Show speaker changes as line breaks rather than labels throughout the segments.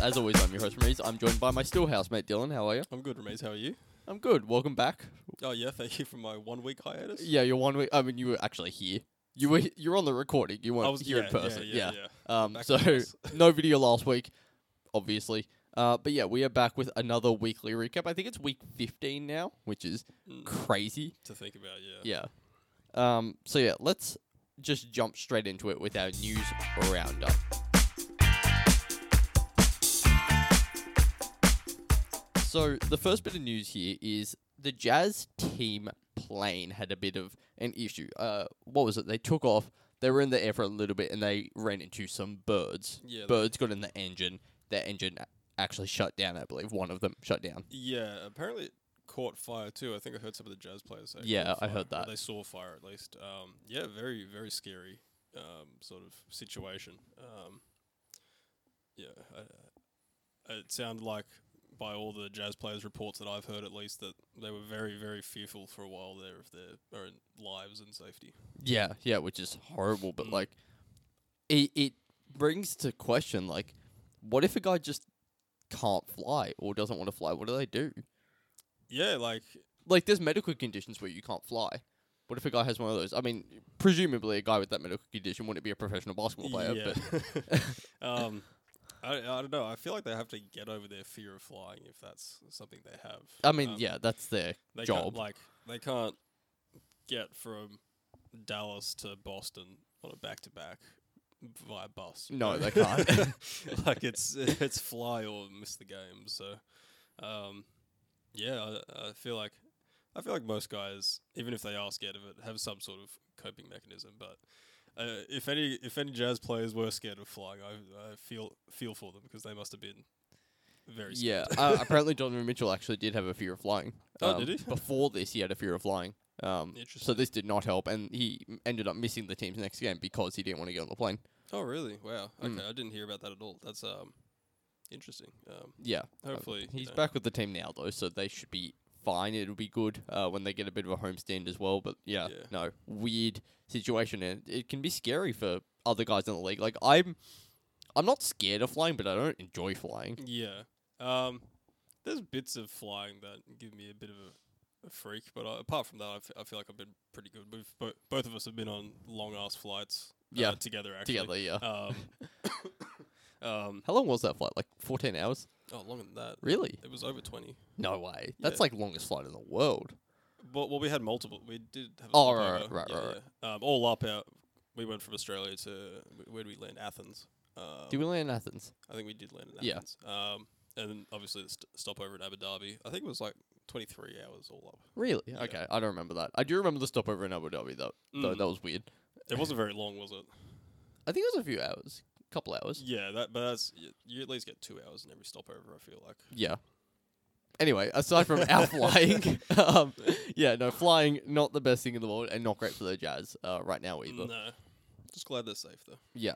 As always, I'm your host, Ramiz. I'm joined by my still housemate, Dylan. How are you?
I'm good, Ramiz. How are you?
I'm good. Welcome back.
Oh yeah, thank you for my one week hiatus.
Yeah, you're one week. I mean, you were actually here. You were you're on the recording. You weren't
I was
here
yeah,
in person.
Yeah, yeah.
Um,
Back
so
in class.
no video last week, obviously. Uh, but yeah, we are back with another weekly recap. I think it's week 15 now, which is
Mm.
crazy.
To think about, yeah.
Yeah. Um, so yeah, let's just jump straight into it with our news roundup. So the first bit of news here is the Jazz team plane had a bit of an issue. Uh, what was it? They took off. They were in the air for a little bit, and they ran into some birds.
Yeah, they-
birds got in the engine. Their engine a- actually shut down. I believe one of them shut down.
Yeah, apparently it caught fire too. I think I heard some of the jazz players say. it
Yeah,
caught
I
fire,
heard
or
that.
They saw fire at least. Um, yeah, very very scary um, sort of situation. Um, yeah, I, I- it sounded like by all the jazz players' reports that I've heard, at least that they were very very fearful for a while there of their own lives and safety.
Yeah, yeah, which is horrible. But
Mm.
like, it it brings to question like, what if a guy just can't fly or doesn't want to fly? What do they do?
Yeah, like
Like, there's medical conditions where you can't fly. What if a guy has one of those? I mean, presumably a guy with that medical condition wouldn't be a professional basketball player. But
Yeah. um, I, I don't know. I feel like they have to get over their fear of flying if that's something they have.
I mean,
Um,
yeah, that's their
they
job.
Can't, like they can't get from Dallas to Boston on a back to back via bus. you
No,
know?
they
like it's it's fly or miss the game. So, um, yeah, I, I feel like. I feel like most guys, even if they are scared of it, have some sort of coping mechanism. But uh, if any if any jazz players were scared of flying, I, I feel feel for them because they must have been very
yeah,
scared.
uh, apparently Donovan Mitchell actually did have a fear of flying.
Oh, did
Um,
he?
Before this, he had a fear of flying. Um, so
Interesting.
this did not help, and he m- ended up missing the team's next game because he didn't want to get on the plane.
Oh, really? Wow. Okay,
Mm.
I didn't hear about that at all. That's um interesting. Um,
Yeah, Um,
hopefully you
he's
know,
back with the team now though, so they should be fine. It'll be good uh, when they get a bit of a homestand as well. But yeah,
Yeah.
no weird situation, and it can be scary for other guys in the league. Like I'm, I'm not scared of flying, but I don't enjoy flying.
Yeah. Um, there's bits of flying that give me a bit of a, a freak, but I, apart from that, I, f- I feel like I've been pretty good. We've bo- both of us have been on long ass flights. uh,
Yeah,
together actually.
Together, yeah.
Um, um,
How long was that flight? Like 14 hours?
oh, longer than that.
Really?
It was over twenty.
No way. That's
Yeah.
like longest flight in the world.
Well, well, we had multiple. We did have. A
Oh, right,
stopover,
right, right,
yeah,
right,
yeah. Um, all up out. We went from Australia to wh- where did we land? Athens. Um,
Did we land in Athens?
I think we did land in
Yeah.
Athens. Um, and then obviously the st- stopover at Abu Dhabi. I think it was like 23 hours all up.
Really?
Yeah.
Okay, I don't remember that. I do remember the stopover in Abu Dhabi though. Though
Mm.
that was weird.
It wasn't very long, was it?
I think it was a few hours, couple hours.
Yeah, that. But that's you, you at least get two hours in every stopover. I feel like.
Yeah. Anyway, aside from our flying, um, yeah, no, flying not the best thing in the world and not great for the Jazz uh, right now either.
No. Just glad they're safe though.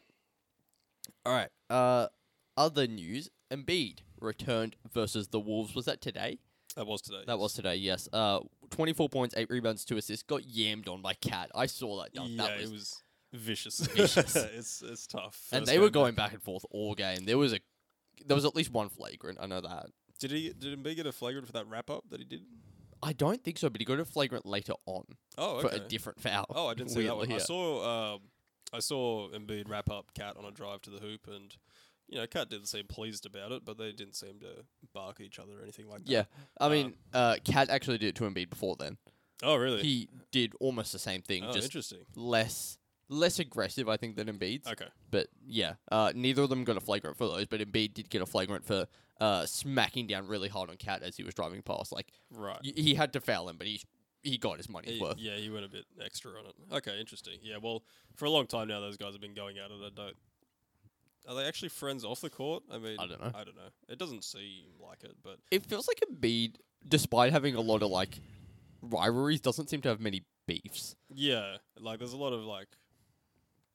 All right. Uh, other news: Embiid returned versus the Wolves. Was that today?
That was today.
That was today. Yes. Uh, twenty-four points, eight rebounds, two assists. Got yammed on by Cat. I saw that dunk.
Yeah,
that was,
it was vicious.
vicious.
it's it's tough.
and
First
they were
game back.
going back and forth all game. There was a, there was at least one flagrant. I know that.
Did he? Did Embiid get a flagrant for that wrap up that he did?
I don't think so, but he got a flagrant later on
Oh,
for
okay.
a different foul.
Oh, I didn't see that
Weirdly,
one. I
yeah.
saw um, I saw Embiid wrap up Cat on a drive to the hoop, and you know Cat didn't seem pleased about it, but they didn't seem to bark at each other or anything like that.
Yeah, I
Um,
mean, uh, Cat actually did it to Embiid before then.
Oh, really?
He did almost the same thing,
oh,
just
interesting.
less less aggressive, I think, than Embiid's.
Okay.
But yeah, uh, neither of them got a flagrant for those, but Embiid did get a flagrant for uh, smacking down really hard on Cat as he was driving past. Like
Right.
y- he had to foul him, but he he got his money's
Uh, He-
worth.
yeah, he went a bit extra on it. Okay, interesting. Yeah, well, for a long time now, those guys have been going at it. I don't. Are they actually friends off the court? I mean,
I don't know.
I don't know. It doesn't seem like it, but
It feels like Embiid, despite having a lot of like rivalries, doesn't seem to have many beefs.
Yeah, like there's a lot of like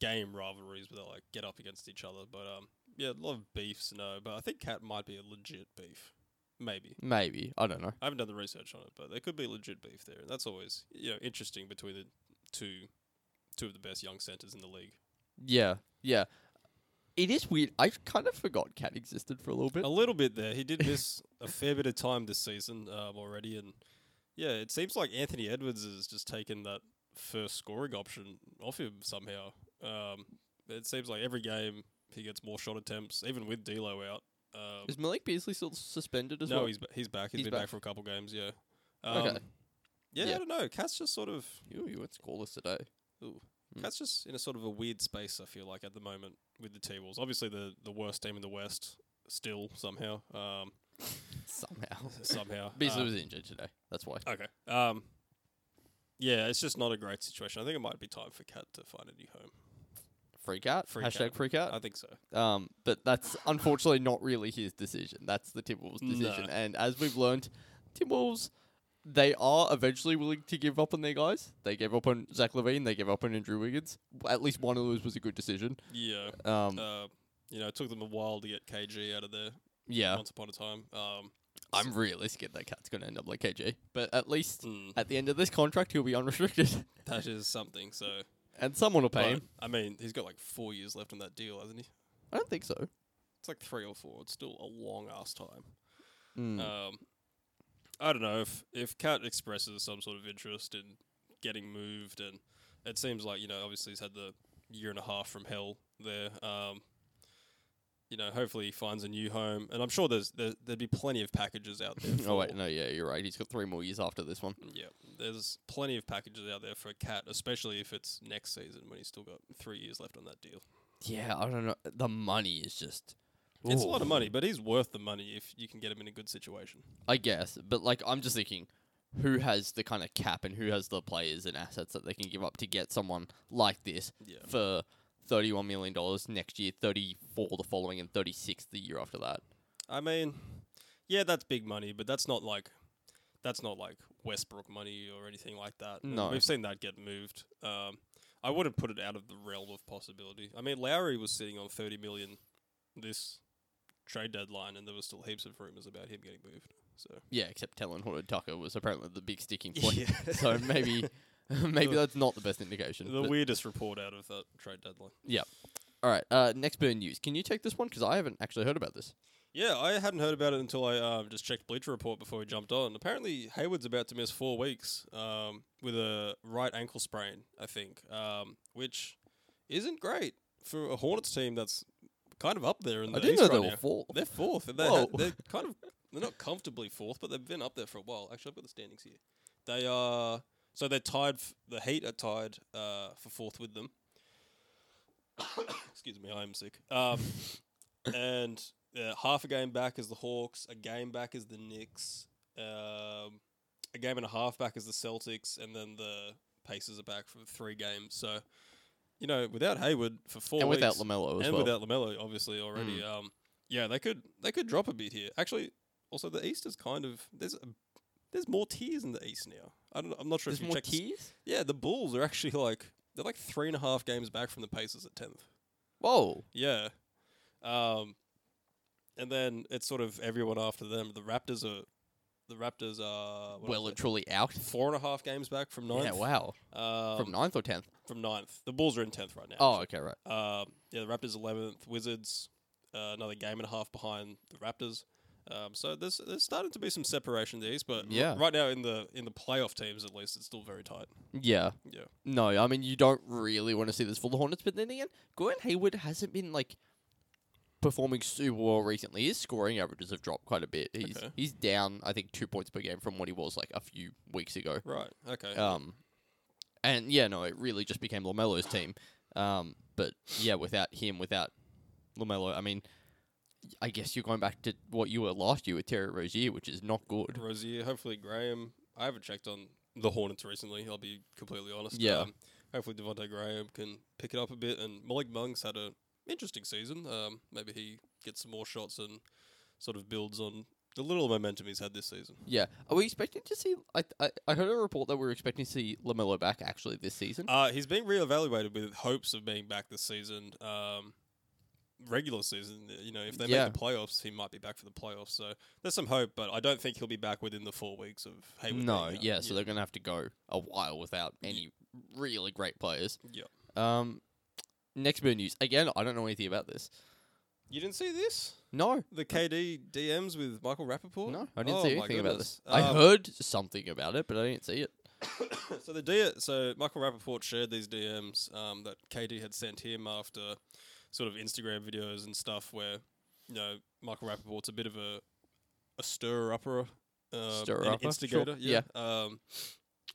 game rivalries where they like get up against each other, but um, yeah, a lot of beefs. No, but I think Cat might be a legit beef, maybe.
Maybe I don't know.
I haven't done the research on it, but there could be legit beef there, and that's always you know interesting between the two, two of the best young centers in the league.
Yeah, yeah. It is weird. I kind of forgot Cat existed for a little bit.
A little bit there. He did miss a fair bit of time this season um, already, and yeah, it seems like Anthony Edwards has just taken that first scoring option off him somehow. Um, it seems like every game he gets more shot attempts, even with D'Lo out. Um,
Is Malik Beasley still suspended as
no,
well?
he's ba- he's back. he's
He's
been back.
back.
for a couple games. Yeah. Um,
Okay.
Yeah,
Yeah.
I don't know. Cat's just sort of
Ooh, let's call this today. Mm.
That's just in a sort of a weird space. I feel like at the moment with the T Wolves, obviously the the worst team in the West still somehow. Um,
Somehow.
somehow
Beasley
Uh,
was injured today. That's why.
okay. Um, yeah, it's just not a great situation. I think it might be time for Cat to find a new home.
Freak out.
Freak
Hashtag
out. Uh,
freak out.
I think so.
Um, but that's unfortunately not really his decision. That's the Timberwolves'
No.
decision. And as we've learned, Timberwolves, they are eventually willing to give up on their guys. They gave up on Zach Levine. They gave up on Andrew Wiggins. W- At least one of those was a good decision.
Yeah.
Um,
Uh, you know, it took them a while to get KG out of there.
yeah,
Once upon a time. Um,
I'm really scared that cat's going to end up like KJ. But at least
mm,
at the end of this contract, he'll be unrestricted,
that is something. So,
and someone will pay
but,
him.
I mean, he's got like four years left on that deal, hasn't he?
I don't think so.
It's like three or four. It's still a long ass time.
Mm.
Um, I don't know if if Cat expresses some sort of interest in getting moved, and it seems like you know obviously he's had the year and a half from hell there. Um, you know, hopefully he finds a new home, and I'm sure there's there, there'd be plenty of packages out there.
oh wait,
for-
no, yeah, you're right. He's got three more years after this one.
Yeah, there's plenty of packages out there for a cat, especially if it's next season when he's still got three years left on that deal.
Yeah, I don't know. The money is just.
It's a lot
Ooh.
of money, but he's worth the money if you can get him in a good situation.
I guess, but like I'm just thinking, who has the kind of cap and who has the players and assets that they can give up to get someone like this
Yeah,
for thirty-one million dollars next year, thirty-four the following, and thirty-six the year after that.
I mean, yeah, that's big money, but that's not like that's not like Westbrook money or anything like that. And
No.
we've seen that get moved. Um, I wouldn't put it out of the realm of possibility. I mean, Lowry was sitting on thirty million this trade deadline, and there was still heaps of rumors about him getting moved. So
Yeah, except Talon Horton Tucker was apparently the big sticking point. So maybe, maybe
The-
that's not the best indication.
the
but-
weirdest report out of that trade deadline.
All right, uh, next bit of news. Can you take this one? Because I haven't actually heard about this.
Yeah, I hadn't heard about it until I um, just checked Bleacher Report before we jumped on. Apparently, Hayward's about to miss four weeks um, with a right ankle sprain, I think, um, which isn't great for a Hornets team that's kind of up there in the
I didn't
East
know there
right
were
now.
four.
They're fourth, and they ha-
Whoa.
they're kind of they're not comfortably fourth, but they've been up there for a while. Actually, I've got the standings here. They are so they're tied. F- the Heat are tied uh, for fourth with them. Excuse me, I am sick. Um, and uh, half a game back is the Hawks. A game back is the Knicks. Um, a game and a half back is the Celtics, and then the Pacers are back for three games. So, you know, without Hayward for four
and without
weeks-
Lamelo as
and
well. Mm.
without Lamelo, obviously already. Um, yeah, they could they could drop a bit here. Actually, also the East is kind of there's a, there's more tiers in the East now. I don't. I'm not sure
There's
if you
more
checked. this-
teas.
Yeah, the Bulls are actually like they're like three and a half games back from the Pacers at tenth.
Whoa.
Yeah, um, and then it's sort of everyone after them. The Raptors are the Raptors are what are
Well
they?
and truly out.
four and a half games back from ninth.
Yeah. Wow.
Um,
From ninth or tenth.
from ninth. The Bulls are in tenth right now.
Oh, okay, right.
Um, yeah, the Raptors eleventh, Wizards uh, another game and a half behind the Raptors. Um, so there's there's starting to be some separation in the East, but r-
Yeah.
right now in the in the playoff teams at least it's still very tight.
Yeah.
Yeah.
No, I mean you don't really want to see this for the Hornets, but then again, Gordon Hayward hasn't been like performing super well recently. His scoring averages have dropped quite a bit. He's
Okay.
he's down, I think, two points per game from what he was like a few weeks ago.
Right. Okay.
Um, and yeah, no, it really just became Lamelo's team. Um, but yeah, without him, without Lamelo, I mean, I guess you're going back to what you were last year with Terry Rozier, which is not good.
Rozier, hopefully Graham. I haven't checked on the Hornets recently. I'll be completely honest.
Yeah.
Um, hopefully Devonte Graham can pick it up a bit, and Malik Monk's had a interesting season. Um, maybe he gets some more shots and sort of builds on the little momentum he's had this season.
Yeah, are we expecting to see? I I, I heard a report that we are expecting to see Lamelo back actually this season.
Uh, he's being reevaluated with hopes of being back this season. Um, regular season, you know, if they
Yeah.
make the playoffs, he might be back for the playoffs. So there's some hope, but I don't think he'll be back within the four weeks of Hayward.
no,
being out.
yeah, so they're gonna have to go a while without any really great players.
Yeah.
Um, Next bit of news. Again, I don't know anything about this.
You didn't see this?
No,
The KD DMs with Michael Rappaport?
no, I didn't
Oh
see
my
anything about
goodness.
this. I
Um,
heard something about it, but I didn't see it.
So the D- so Michael Rappaport shared these DMs um, that KD had sent him after sort of Instagram videos and stuff where you know Michael Rappaport's a bit of a a stirrer upper, uh,
Stirrer
an
upper,
instigator,
sure,
yeah, Um,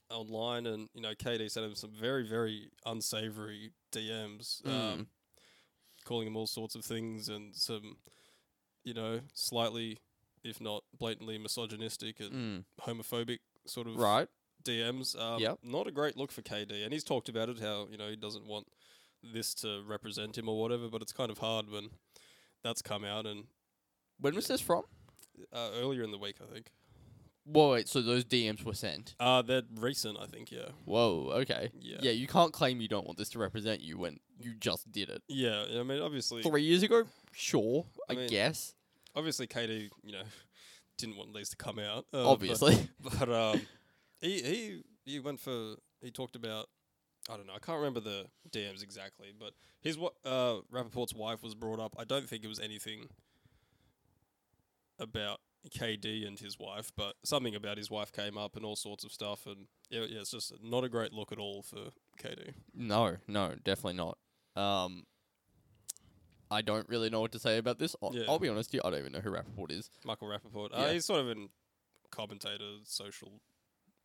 online, and you know KD sent him some very very unsavory DMs,
Hmm.
um, calling him all sorts of things and some you know slightly, if not blatantly misogynistic and
Mm.
homophobic sort of
Right.
DMs. Um,
Yep.
Not a great look for KD, and he's talked about it how you know he doesn't want this to represent him or whatever. But it's kind of hard when that's come out and
When was this from?
uh, earlier in the week, I think.
Whoa, wait. So those DMs were sent.
Uh they're recent, I think. Yeah,
Whoa. Okay.
yeah,
Yeah, you can't claim you don't want this to represent you when you just did it
yeah. I mean, obviously,
three years ago. Sure, I,
I mean,
guess.
obviously, KD, you know, didn't want these to come out. uh, but-
obviously.
but um, he he he went for he talked about I don't know I can't remember the DMs exactly, but his what uh Rappaport's wife was brought up. I don't think it was anything about KD and his wife, but something about his wife came up and all sorts of stuff, and yeah, yeah, it's just not a great look at all for KD.
No, no, definitely not. Um, I don't really know what to say about this. I'll,
Yeah.
I'll be honest with you, I don't even know who Rappaport is.
Michael Rappaport, uh,
Yeah.
he's sort of an commentator, social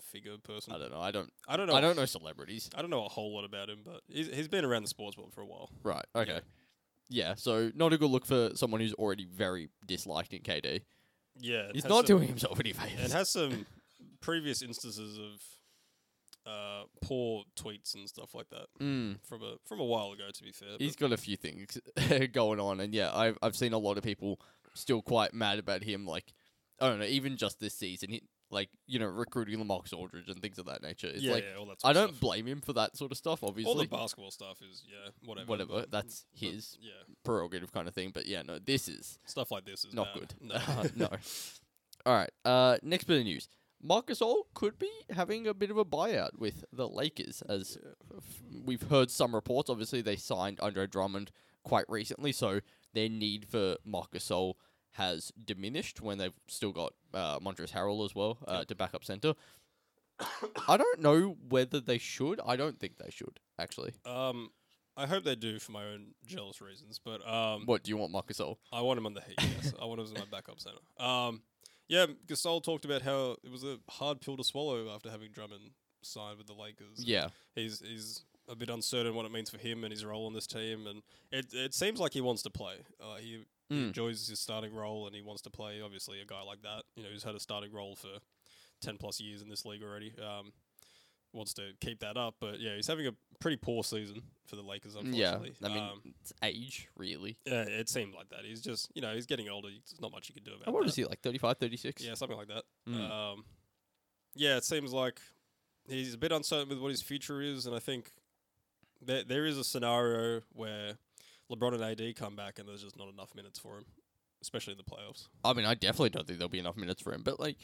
figure person.
I don't know. I don't.
Mm. I don't know.
I don't know celebrities.
I don't know a whole lot about him, but he's, he's been around the sports world for a while.
Right. Okay. Yeah. So not a good look for someone who's already very disliked in KD.
Yeah,
He's
has
not
some-
doing himself any favors.
It has some previous instances of uh, poor tweets and stuff like that
Mm,
from a from a while ago. To be fair,
he's got a few things going on, and yeah, I've I've seen a lot of people still quite mad about him. Like I don't know, even just this season, he, like you know, recruiting Lamox Aldridge and things of that nature.
but
It's
yeah,
like
yeah, all that. Sort
I
of
don't
Stuff.
blame him for that sort of stuff. Obviously,
All the basketball stuff is yeah, whatever.
whatever.
but-
That's
but
his
Yeah,
prerogative kind of thing. But yeah, no, this is
stuff like this is
not
bad.
good.
No.
no. All right. Uh, next bit of news. Marcus All could be having a bit of a buyout with the Lakers, as f- we've heard some reports. Obviously, they signed Andre Drummond quite recently, so their need for Marcus All has diminished when they've still got uh, Montrezl Harrell as well uh, to back up center. I don't know whether they should. I don't think they should actually.
Um, I hope they do for my own jealous reasons, but um,
What do you want, Marcus All?
I want him on the Heat. Yes, I want him as my backup center. Um, yeah, Gasol talked about how it was a hard pill to swallow after having Drummond signed with the Lakers.
Yeah,
he's he's a bit uncertain what it means for him and his role on this team, and it it seems like he wants to play. Uh, he he
Mm.
enjoys his starting role and he wants to play. Obviously, a guy like that, you know, who's had a starting role for ten plus years in this league already, um, wants to keep that up. But yeah, he's having a pretty poor season for the Lakers,
yeah.
unfortunately.
I mean,
um,
it's age really.
yeah, it seemed like that. He's just you know he's getting older. There's not much you can do about.
And what
that.
is he like? 35, 36?
Yeah, something like that.
Mm.
Um, yeah, it seems like he's a bit uncertain with what his future is, and I think there there is a scenario where LeBron and AD come back, and there's just not enough minutes for him, especially in the playoffs.
I mean, I definitely don't think there'll be enough minutes for him, but like,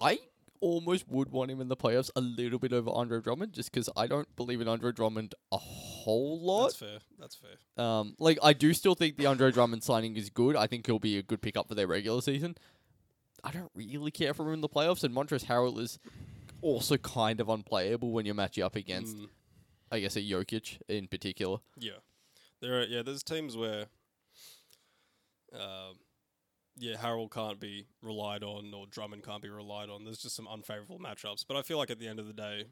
I almost would want him in the playoffs a little bit over Andre Drummond just because I don't believe in Andre Drummond a whole
That's
lot.
fair. That's fair.
Um, like, I do still think the Andre Drummond signing is good. I think he'll be a good pickup for their regular season. I don't really care for him in the playoffs, and Montrezl Harrell is also kind of unplayable when you're matching up against,
Mm,
I guess, a Jokic in particular.
yeah, there. Are, yeah, there's teams where, um, yeah, Harold can't be relied on, or Drummond can't be relied on. There's just some unfavorable matchups, but I feel like at the end of the day,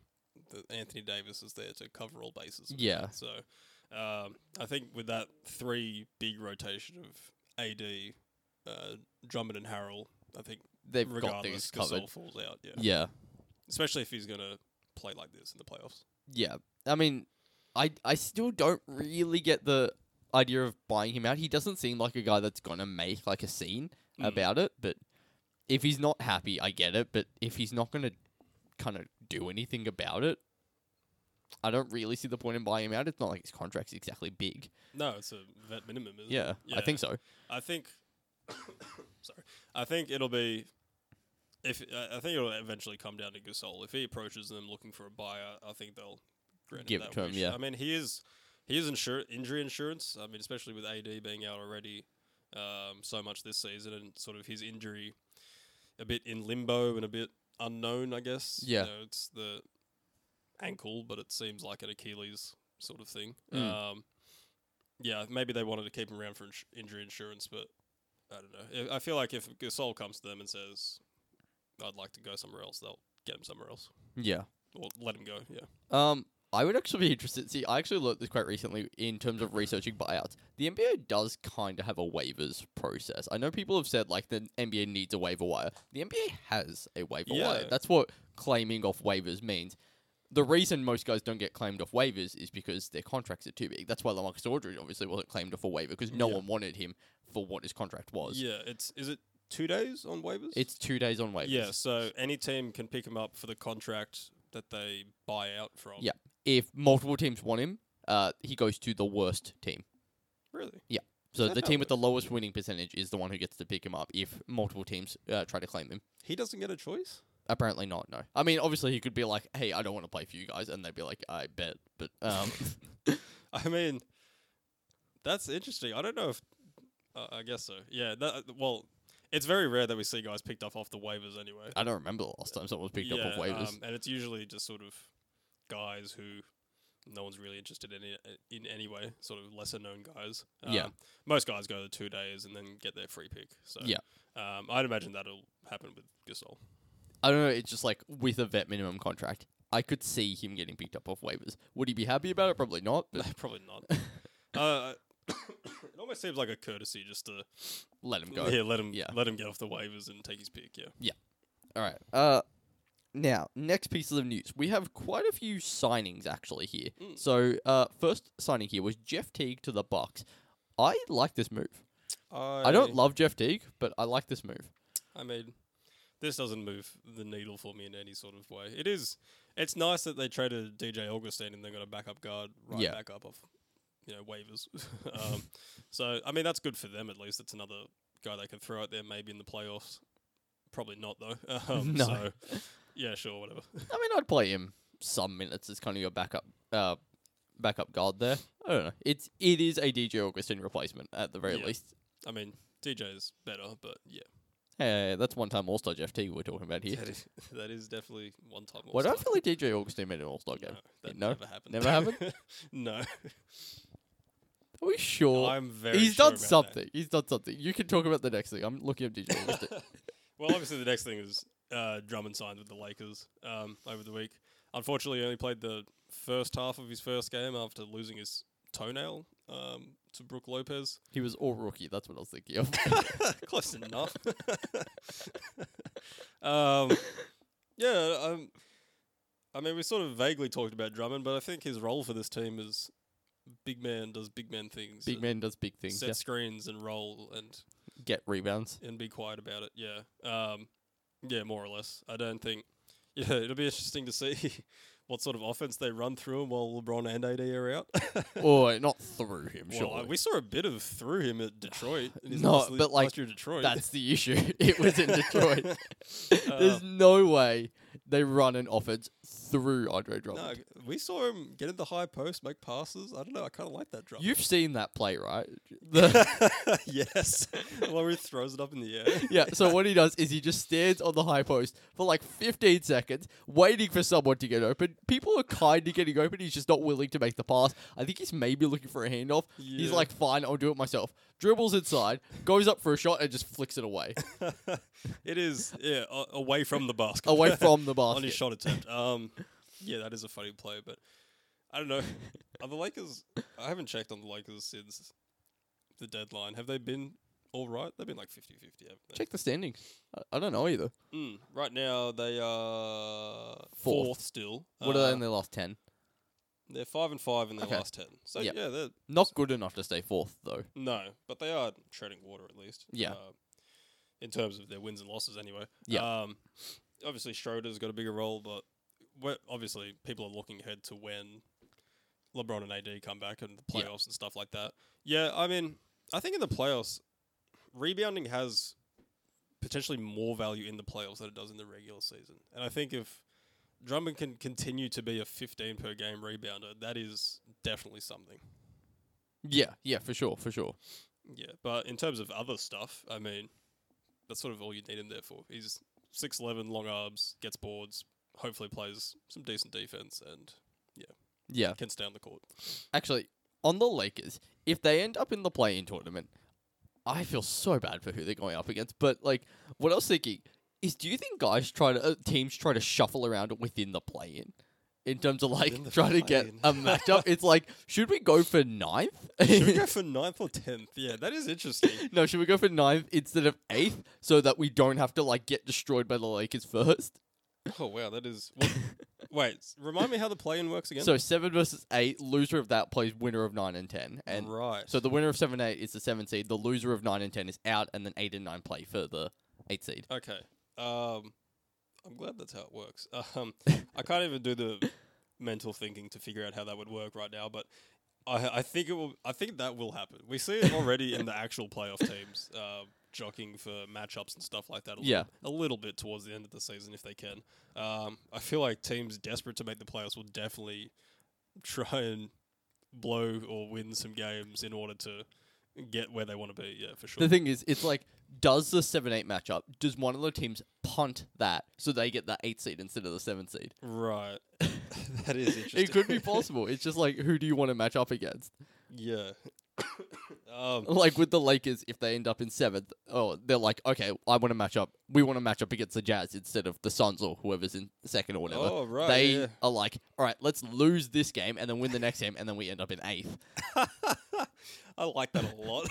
the Anthony Davis is there to cover all bases.
Yeah.
So um, I think with that three big rotation of AD, uh, Drummond and Harrell, I think
They've got
regardless,
things
Gasol
covered.
falls out. Yeah.
Yeah.
especially if he's gonna play like this in the playoffs.
Yeah, I mean, I I still don't really get the idea of buying him out. He doesn't seem like a guy that's gonna make like a scene
Mm.
about it. But if he's not happy, I get it. But if he's not gonna kind of do anything about it, I don't really see the point in buying him out. It's not like his contract's exactly big.
No, it's a vet minimum. Isn't
Yeah,
it?
I think so.
I think. sorry, I think it'll be. If I I think it'll eventually come down to Gasol. If he approaches them looking for a buyer, I think they'll grant
Give
him
it
that
to him,
wish.
yeah.
I mean, he is he has insur- injury insurance. I mean, especially with AD being out already um, so much this season, and sort of his injury a bit in limbo and a bit unknown, I guess.
Yeah.
you know, it's the ankle, but it seems like an Achilles sort of thing.
Mm.
Um, yeah, maybe they wanted to keep him around for ins- injury insurance, but I don't know. I I feel like if Gasol comes to them and says, "I'd like to go somewhere else," they'll get him somewhere else
Yeah.
or let him go. Yeah.
Um, I would actually be interested. See, I actually looked this quite recently in terms of researching buyouts. The NBA does kind of have a waivers process. I know people have said like the NBA needs a waiver wire. The NBA has a waiver wire.
Yeah.
That's what claiming off waivers means. The reason most guys don't get claimed off waivers is because their contracts are too big. That's why Lamarcus Aldridge obviously wasn't claimed off a waiver because no
Yeah.
one wanted him for what his contract was.
Yeah, it's is it two days on waivers?
It's two days on waivers.
yeah. So any team can pick him up for the contract that they buy out from.
Yeah. If multiple teams want him, uh, he goes to the worst team.
really.
So
that
the
how
team
it
with the lowest winning percentage is the one who gets to pick him up if multiple teams uh, try to claim him.
He doesn't get a choice.
Apparently not. No. I mean, obviously he could be like, "Hey, I don't want to play for you guys," and they'd be like, "I bet." But um,
I mean, that's interesting. I don't know if uh, I guess so. Yeah. That, well, it's very rare that we see guys picked up off the waivers anyway.
I don't remember the last time someone was Uh, picked up off waivers.
um, and it's usually just sort of guys who no one's really interested in it in any way, sort of lesser known guys.
Yeah.
Um, most guys go the two days and then get their free pick. So
Yeah.
um, I'd imagine that'll happen with Gasol.
I don't know. It's just like with a vet minimum contract, I could see him getting picked up off waivers. Would he be happy about it? Probably not. But
Probably not. uh, it almost seems like a courtesy just to
let him go.
yeah, let him
Yeah.
let him get off the waivers and take his pick. Yeah,
All right. Uh, now next piece of news. We have quite a few signings actually here.
Mm.
So uh, first signing here was Jeff Teague to the Bucks. I like this move. I don't love Jeff Teague, but I like this move.
I mean, this doesn't move the needle for me in any sort of way. It is. It's nice that they traded DJ Augustine and they got a backup guard right
Yeah.
back up off, you know, waivers. um, so I mean, that's good for them at least. It's another guy they can throw out there maybe in the playoffs. Probably not though. Um,
No.
So, yeah, sure, whatever.
I mean, I'd play him some minutes as kind of your backup, uh, backup guard there. I don't know. It's it is a DJ Augustin replacement at the very
Yeah.
least.
I mean, DJ is better, but yeah,
Hey, that's one time All Star Jeff Teague we're talking about here.
That, is, that is definitely one time.
Why do I
All-Star.
feel like DJ Augustine made an All Star
No,
game?
that
No?
never happened.
Never happened?
no,
Are we sure?
I'm very.
He's
sure
done
about that.
something. He's done something. You can talk about the next thing. I'm looking up DJ Augustine.
well, obviously the next thing is uh, Drummond signed with the Lakers um, over the week. Unfortunately, he only played the first half of his first game after losing his toenail um, to Brooke Lopez.
he was all rookie. That's what I was thinking of.
Close enough. um, yeah, um, I mean, we sort of vaguely talked about Drummond, but I think his role for this team is big man does big man things.
big
uh,
man does big things.
Set
yeah.
screens and roll and
Get rebounds.
and be quiet about it. Yeah. Um, yeah, more or less. I don't think. Yeah, it'll be interesting to see what sort of offense they run through him while LeBron and AD are out.
or not through him.
well,
surely.
uh, we saw a bit of through him at Detroit. in his
No,
last le-
but, like,
last year at Detroit.
That's the issue. It was in Detroit.
Uh,
There's no way they run an offense through Andre
no,
Drummond.
we saw him get in the high post, make passes. I don't know. I kind of like that drop.
You've seen that play, right? The-
yes, Laurie throws it up in the air.
yeah, so what he does is he just stands on the high post for like 15 seconds, waiting for someone to get open. People are kind of getting open. He's just not willing to make the pass. I think he's maybe looking for a handoff. He's
Yeah.
like, fine, I'll do it myself. Dribbles inside, goes up for a shot, and just flicks it away
it is yeah, a- away from the basket.
away from the
on his
basket.
shot attempt. Um, yeah, that is a funny play, but I don't know. Are the Lakers? I haven't checked on the Lakers since the deadline. Have they been all right? They've been like 50 50, haven't they?
Check the standings. I- I don't know either.
Mm, right now, they are fourth,
Fourth.
still.
What are they
Uh,
in their last 10?
They're 5 and 5 in their
Okay.
last 10. So,
Yeah.
yeah, they're
Not good enough to stay fourth, though.
No, but they are treading water at least.
Yeah.
Uh, in terms of their wins and losses, anyway.
Yeah.
Um, obviously, Schroeder's got a bigger role, but we obviously, people are looking ahead to when LeBron and AD come back and the
Yeah.
playoffs and stuff like that. Yeah, I mean, I think in the playoffs, rebounding has potentially more value in the playoffs than it does in the regular season. And I think if Drummond can continue to be a 15 per game rebounder, that is definitely something.
Yeah, yeah, for sure, for sure.
Yeah, but in terms of other stuff, I mean, that's sort of all you need him there for. He's six eleven, long arms, gets boards, hopefully plays some decent defense, and
Yeah.
can stay on the court.
Actually, on the Lakers, if they end up in the play in tournament, I feel so bad for who they're going up against. But like, what I was thinking is, do you think guys try to uh, teams try to shuffle around within the play in? In terms of like
Within the
trying to get
play-in.
a matchup, it's like should we go for ninth?
Should we go for ninth or tenth? Yeah, that is interesting.
no, should we go for ninth instead of eighth so that we don't have to like get destroyed by the Lakers first?
oh wow, that is. What, wait, s- remind me how the play-in works again.
So seven versus eight, loser of that plays winner of nine and ten, and
right.
So the winner of seven eight is the seven seed. The loser of nine and ten is out, and then eight and nine play for the eight seed.
okay. Um, I'm glad that's how it works. Um, I can't even do the mental thinking to figure out how that would work right now, but. I, I think it will. I think that will happen. We see it already in the actual playoff teams uh, jockeying for matchups and stuff like that. A
Yeah.
little, a little bit towards the end of the season if they can. Um, I feel like teams desperate to make the playoffs will definitely try and blow or win some games in order to get where they want to be. Yeah, for sure.
The thing is, it's like, does the seven eight matchup? Does one of the teams punt that so they get the eight seed instead of the seven seed?
Right. that is interesting.
It could be possible. it's just like, who do you want to match up against?
yeah. um,
Like with the Lakers, if they end up in seventh, oh, they're like, okay, I want to match up. We want to match up against the Jazz instead of the Suns or whoever's in second or whatever.
oh, right.
they
yeah.
are like, all right, let's lose this game and then win the next game, and then we end up in eighth.
I like that a lot.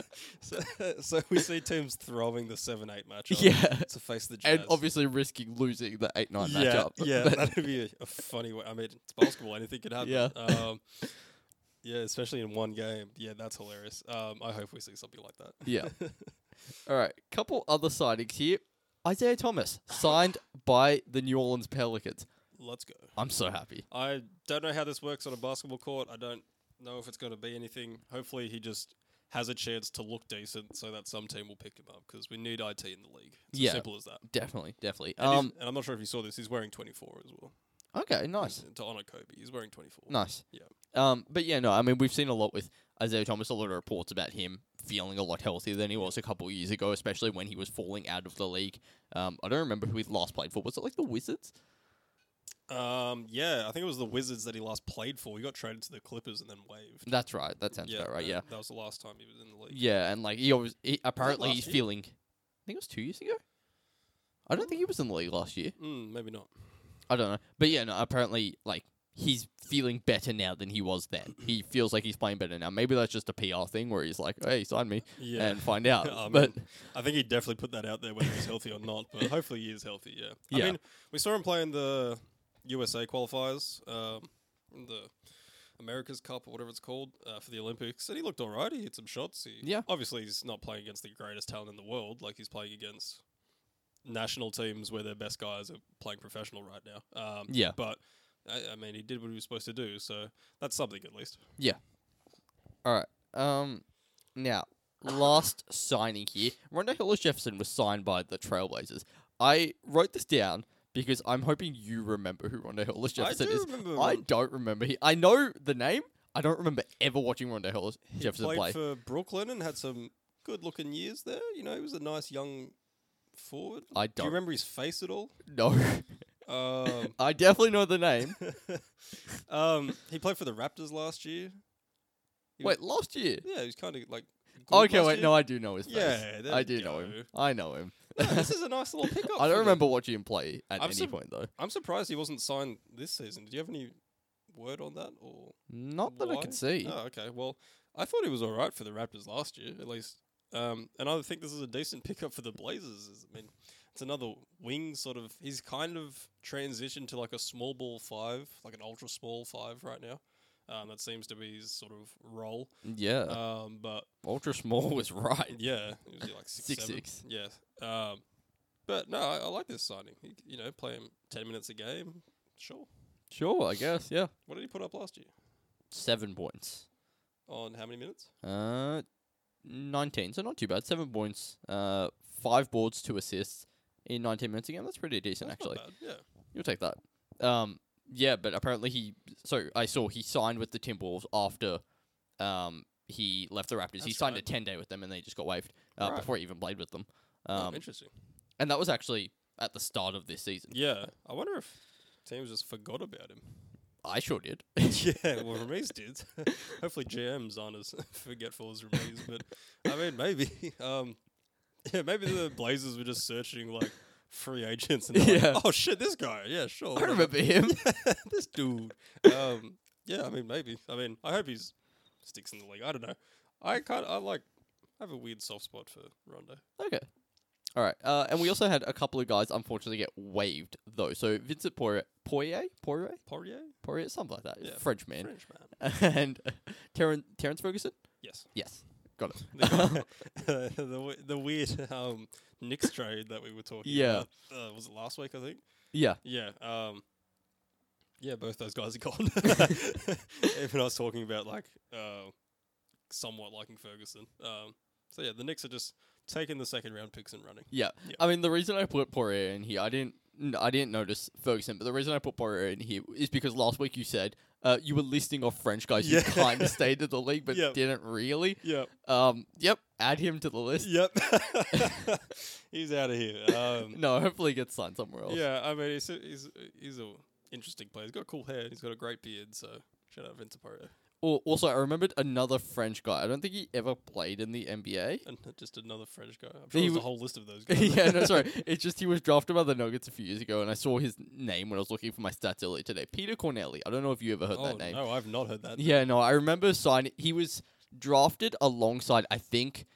so, so we see teams throwing the 7 8 matchup
Yeah.
to face the Jazz.
and obviously risking losing the eight nine
yeah,
matchup.
Yeah,
But-
that'd be a, a funny way. I mean, it's basketball; anything could happen.
Yeah.
Um, yeah, especially in one game. Yeah, that's hilarious. Um, I hope we see something like that.
Yeah. all right. Couple other signings here. Isaiah Thomas signed by the New Orleans Pelicans.
Let's go.
I'm so happy.
I don't know how this works on a basketball court. I don't know if it's going to be anything. Hopefully, he just has a chance to look decent, so that some team will pick him up because we need IT in the league. It's
Yeah.
as simple as that.
Definitely, definitely.
And, he's-
Um.
and I'm not sure if you saw this. He's wearing 24 as well.
Okay. Nice.
To honor Kobe, he's wearing 24.
Nice.
Yeah.
Um. But yeah, no. I mean, we've seen a lot with Isaiah Thomas. A lot of reports about him feeling a lot healthier than he was a couple of years ago, especially when he was falling out of the league. Um. I don't remember who he last played for. Was it like the Wizards?
Um, yeah, I think it was the Wizards that he last played for. He got traded to the Clippers and then waived.
That's right. That sounds about right.
that-
Yeah.
That was the last time he was in the league.
Yeah, and like he always he, apparently
last
he's
year?
feeling. I think it was two years ago. I don't think he was in the league last year.
Mm, maybe not.
I don't know, but yeah, no. Apparently, like he's feeling better now than he was then. He feels like he's playing better now. Maybe that's just a PR thing where he's like, "Hey, sign me
Yeah.
and find out."
I
but
mean, I think he definitely put that out there whether he's healthy or not, but hopefully he is healthy, yeah.
Yeah.
I mean, we saw him playing the USA qualifiers, um, in the America's Cup or whatever it's called uh, for the Olympics, and he looked all right. He hit some shots. He,
Yeah.
Obviously, he's not playing against the greatest talent in the world. Like, he's playing against national teams where their best guys are playing professional right now. Um,
Yeah.
But, I, I mean, he did what he was supposed to do, so that's something at least.
all right, um, now last signing here, Rondo Hillis Jefferson was signed by the Trailblazers. I wrote this down because I'm hoping you remember who Rondo Hillis Jefferson
I do
is.
remember
I don't remember. He, I know the name. I don't remember ever watching Rondo Hollis Jefferson
played
play.
for Brooklyn and had some good looking years there. You know, he was a nice young forward.
I
Do you
don't
remember his face at all?
know.
Um,
I definitely know the name.
um, he played for the Raptors last year. He was-
Wait, last year.
yeah, he was kind of like. good
Okay,
last
wait.
year.
No, I do know his face.
Yeah, there
I
you
do know
go.
him. I know him.
No, this is a nice little pickup.
I
for
don't
them.
remember watching him play at
I'm
any
sur-
point though.
I'm surprised he wasn't signed this season. Did you have any word on that or?
Not that I
Why?
can see.
Oh, okay. Well, I thought he was all right for the Raptors last year, at least. Um, and I think this is a decent pickup for the Blazers. is- I mean, it's another wing sort of. He's kind of transitioned to like a small ball five, like an ultra small five right now. Um, that seems to be his sort of role.
Yeah,
Um, but
ultra small was right.
yeah, he was like six,
Six,
seven.
six.
Yeah. Um, but no, I, I like this signing. He, you know, play him ten minutes a game. Sure.
Sure, I guess. Yeah,
What did he put up last year?
seven points.
On how many minutes?
Uh, nineteen. So not too bad. Seven points. Uh, five boards, two assists in nineteen minutes a game. That's pretty decent
That's
actually.
not bad, Yeah.
You'll take that. Um, yeah, but apparently he. So I saw he signed with the Timberwolves after, um, he left the Raptors. he
That's
signed a
right.
10 day with them and they just got waived uh,
Right.
before he even played with them.
Oh,
Um,
interesting.
and that was actually at the start of this season.
Yeah, I wonder if teams just forgot about him.
I sure did.
yeah, well, Ramiz did. Hopefully, GMs aren't as forgetful as Ramiz, but I mean, maybe. Um, yeah, maybe the Blazers were just searching like free agents and they're
Yeah.
like, oh shit, this guy. Yeah, sure.
I
whatever."
remember him.
this dude. Um, yeah, I mean, maybe. I mean, I hope he's sticks in the league. I don't know. I kind of I like. I have a weird soft spot for Rondo.
Okay. All right. Uh, and we also had a couple of guys unfortunately get waived though. So Vincent Poirier, Poirier, Poirier,
Poirier,
Poirier, something like that.
Yeah,
French man.
French man.
and uh, Terren Terrence Ferguson.
Yes.
Yes, got it.
the, the, we- the weird um, Knicks trade that we were talking
Yeah.
about. Uh, was it last week, I think?
Yeah.
Yeah. Um, yeah, both those guys are gone. Even I was talking about, like, uh, somewhat liking Ferguson. Um, so, yeah, the Knicks are just taking the second round picks and running.
Yeah.
Yeah.
I mean, the reason I put Poirier in here, I didn't, n- I didn't notice Ferguson, but the reason I put Poirier in here is because last week you said uh, you were listing off French guys
Yeah.
who kind of stayed in the league but
Yep.
didn't really.
Yep.
Um, yep, add him to the list.
Yep. He's out of here. Um,
No, hopefully he gets signed somewhere else.
yeah, I mean, he's a, he's, he's a interesting player. He's got cool hair. He's got a great beard, so shout out Vince Poirier.
Al- Also, I remembered another French guy. I don't think he ever played in the NBA.
And just another French guy. I'm
He
sure there's
w-
a whole list of those guys.
yeah, no, sorry. It's just he was drafted by the Nuggets a few years ago, and I saw his name when I was looking for my stats earlier today. Peter Cornelli. I don't know if you ever heard
oh,
that name.
no, I've not heard that.
Yeah, no, I remember signing. He was drafted alongside, I think,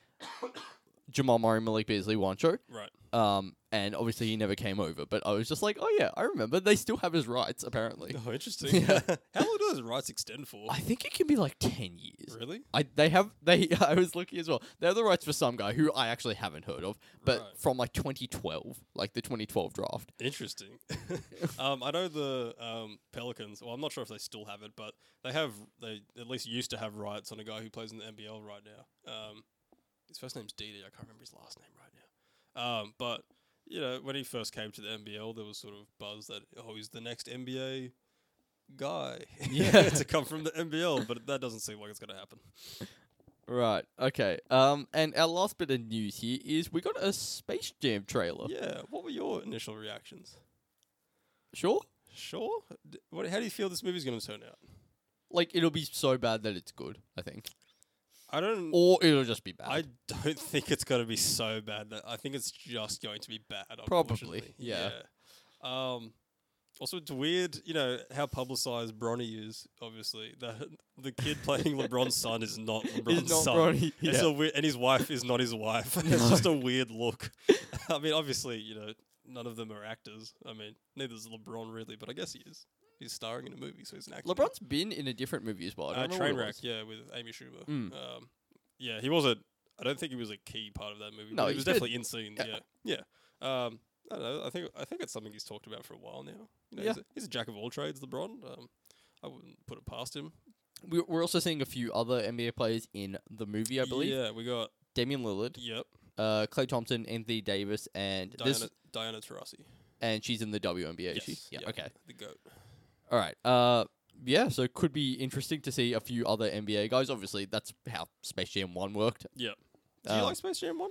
Jamal Murray, Malik Beasley, Wancho.
Right.
Um, and obviously he never came over. But I was just like, oh yeah, I remember. They still have his rights apparently.
Oh, interesting.
Yeah.
How long do those rights extend for?
I think it can be like ten years.
really?
I they have they. I was looking as well. They have the rights for some guy who I actually haven't heard of, but
Right.
from like 2012, like the 2012 draft.
Interesting. um, I know the um, Pelicans. Well, I'm not sure if they still have it, but they have. They at least used to have rights on a guy who plays in the NBL right now. Um, his first name's Didi. I can't remember his last name right now. Um, but you know, when he first came to the NBL, there was sort of buzz that oh, he's the next NBA guy
Yeah.
to come from the NBL, but that doesn't seem like it's going to happen.
Right. Okay. Um. And our last bit of news here is we got a Space Jam trailer.
Yeah. What were your initial reactions?
Sure.
Sure. D- What? How do you feel this movie's going to turn out?
Like it'll be so bad that it's good. I think.
I don't.
or it'll just be bad.
I don't think it's going to be so bad. That I think it's just going to be bad.
Probably,
unfortunately.
yeah.
Yeah. Um. Also, it's weird, you know, how publicized Bronny is. Obviously, the the kid playing LeBron's son is not LeBron's
not
son.
Bronny,
It's
yeah.
a weird, and his wife is not his wife. it's just a weird look. I mean, obviously, you know, none of them are actors. I mean, neither is LeBron really, but I guess he is. He's starring in a movie, so he's an actor.
LeBron's been in a different movie as well. I
Uh,
don't know what it
Trainwreck,
was.
yeah, with Amy Schumer.
Mm.
Um, yeah, he wasn't. I don't think he was a key part of that movie.
No,
but he
he
was
did.
definitely in scene.
Yeah.
Yeah, yeah. Um, I don't know. I think I think it's something he's talked about for a while now. You
Yeah.
know, he's, a, he's a jack of all trades, LeBron. Um, I wouldn't put it past him.
We, we're also seeing a few other NBA players in the movie. I believe
Yeah, we got
Damian Lillard,
yep
uh, Clay Thompson, Anthony Davis, and
Diana
this,
Diana Taurasi.
and she's in the WNBA. is she?
Yes,
Yeah.
yeah.
Okay.
the goat.
All right. Uh, yeah. So it could be interesting to see a few other NBA guys. Obviously, that's how Space Jam One worked.
Yep. Do
Um,
you like Space Jam One?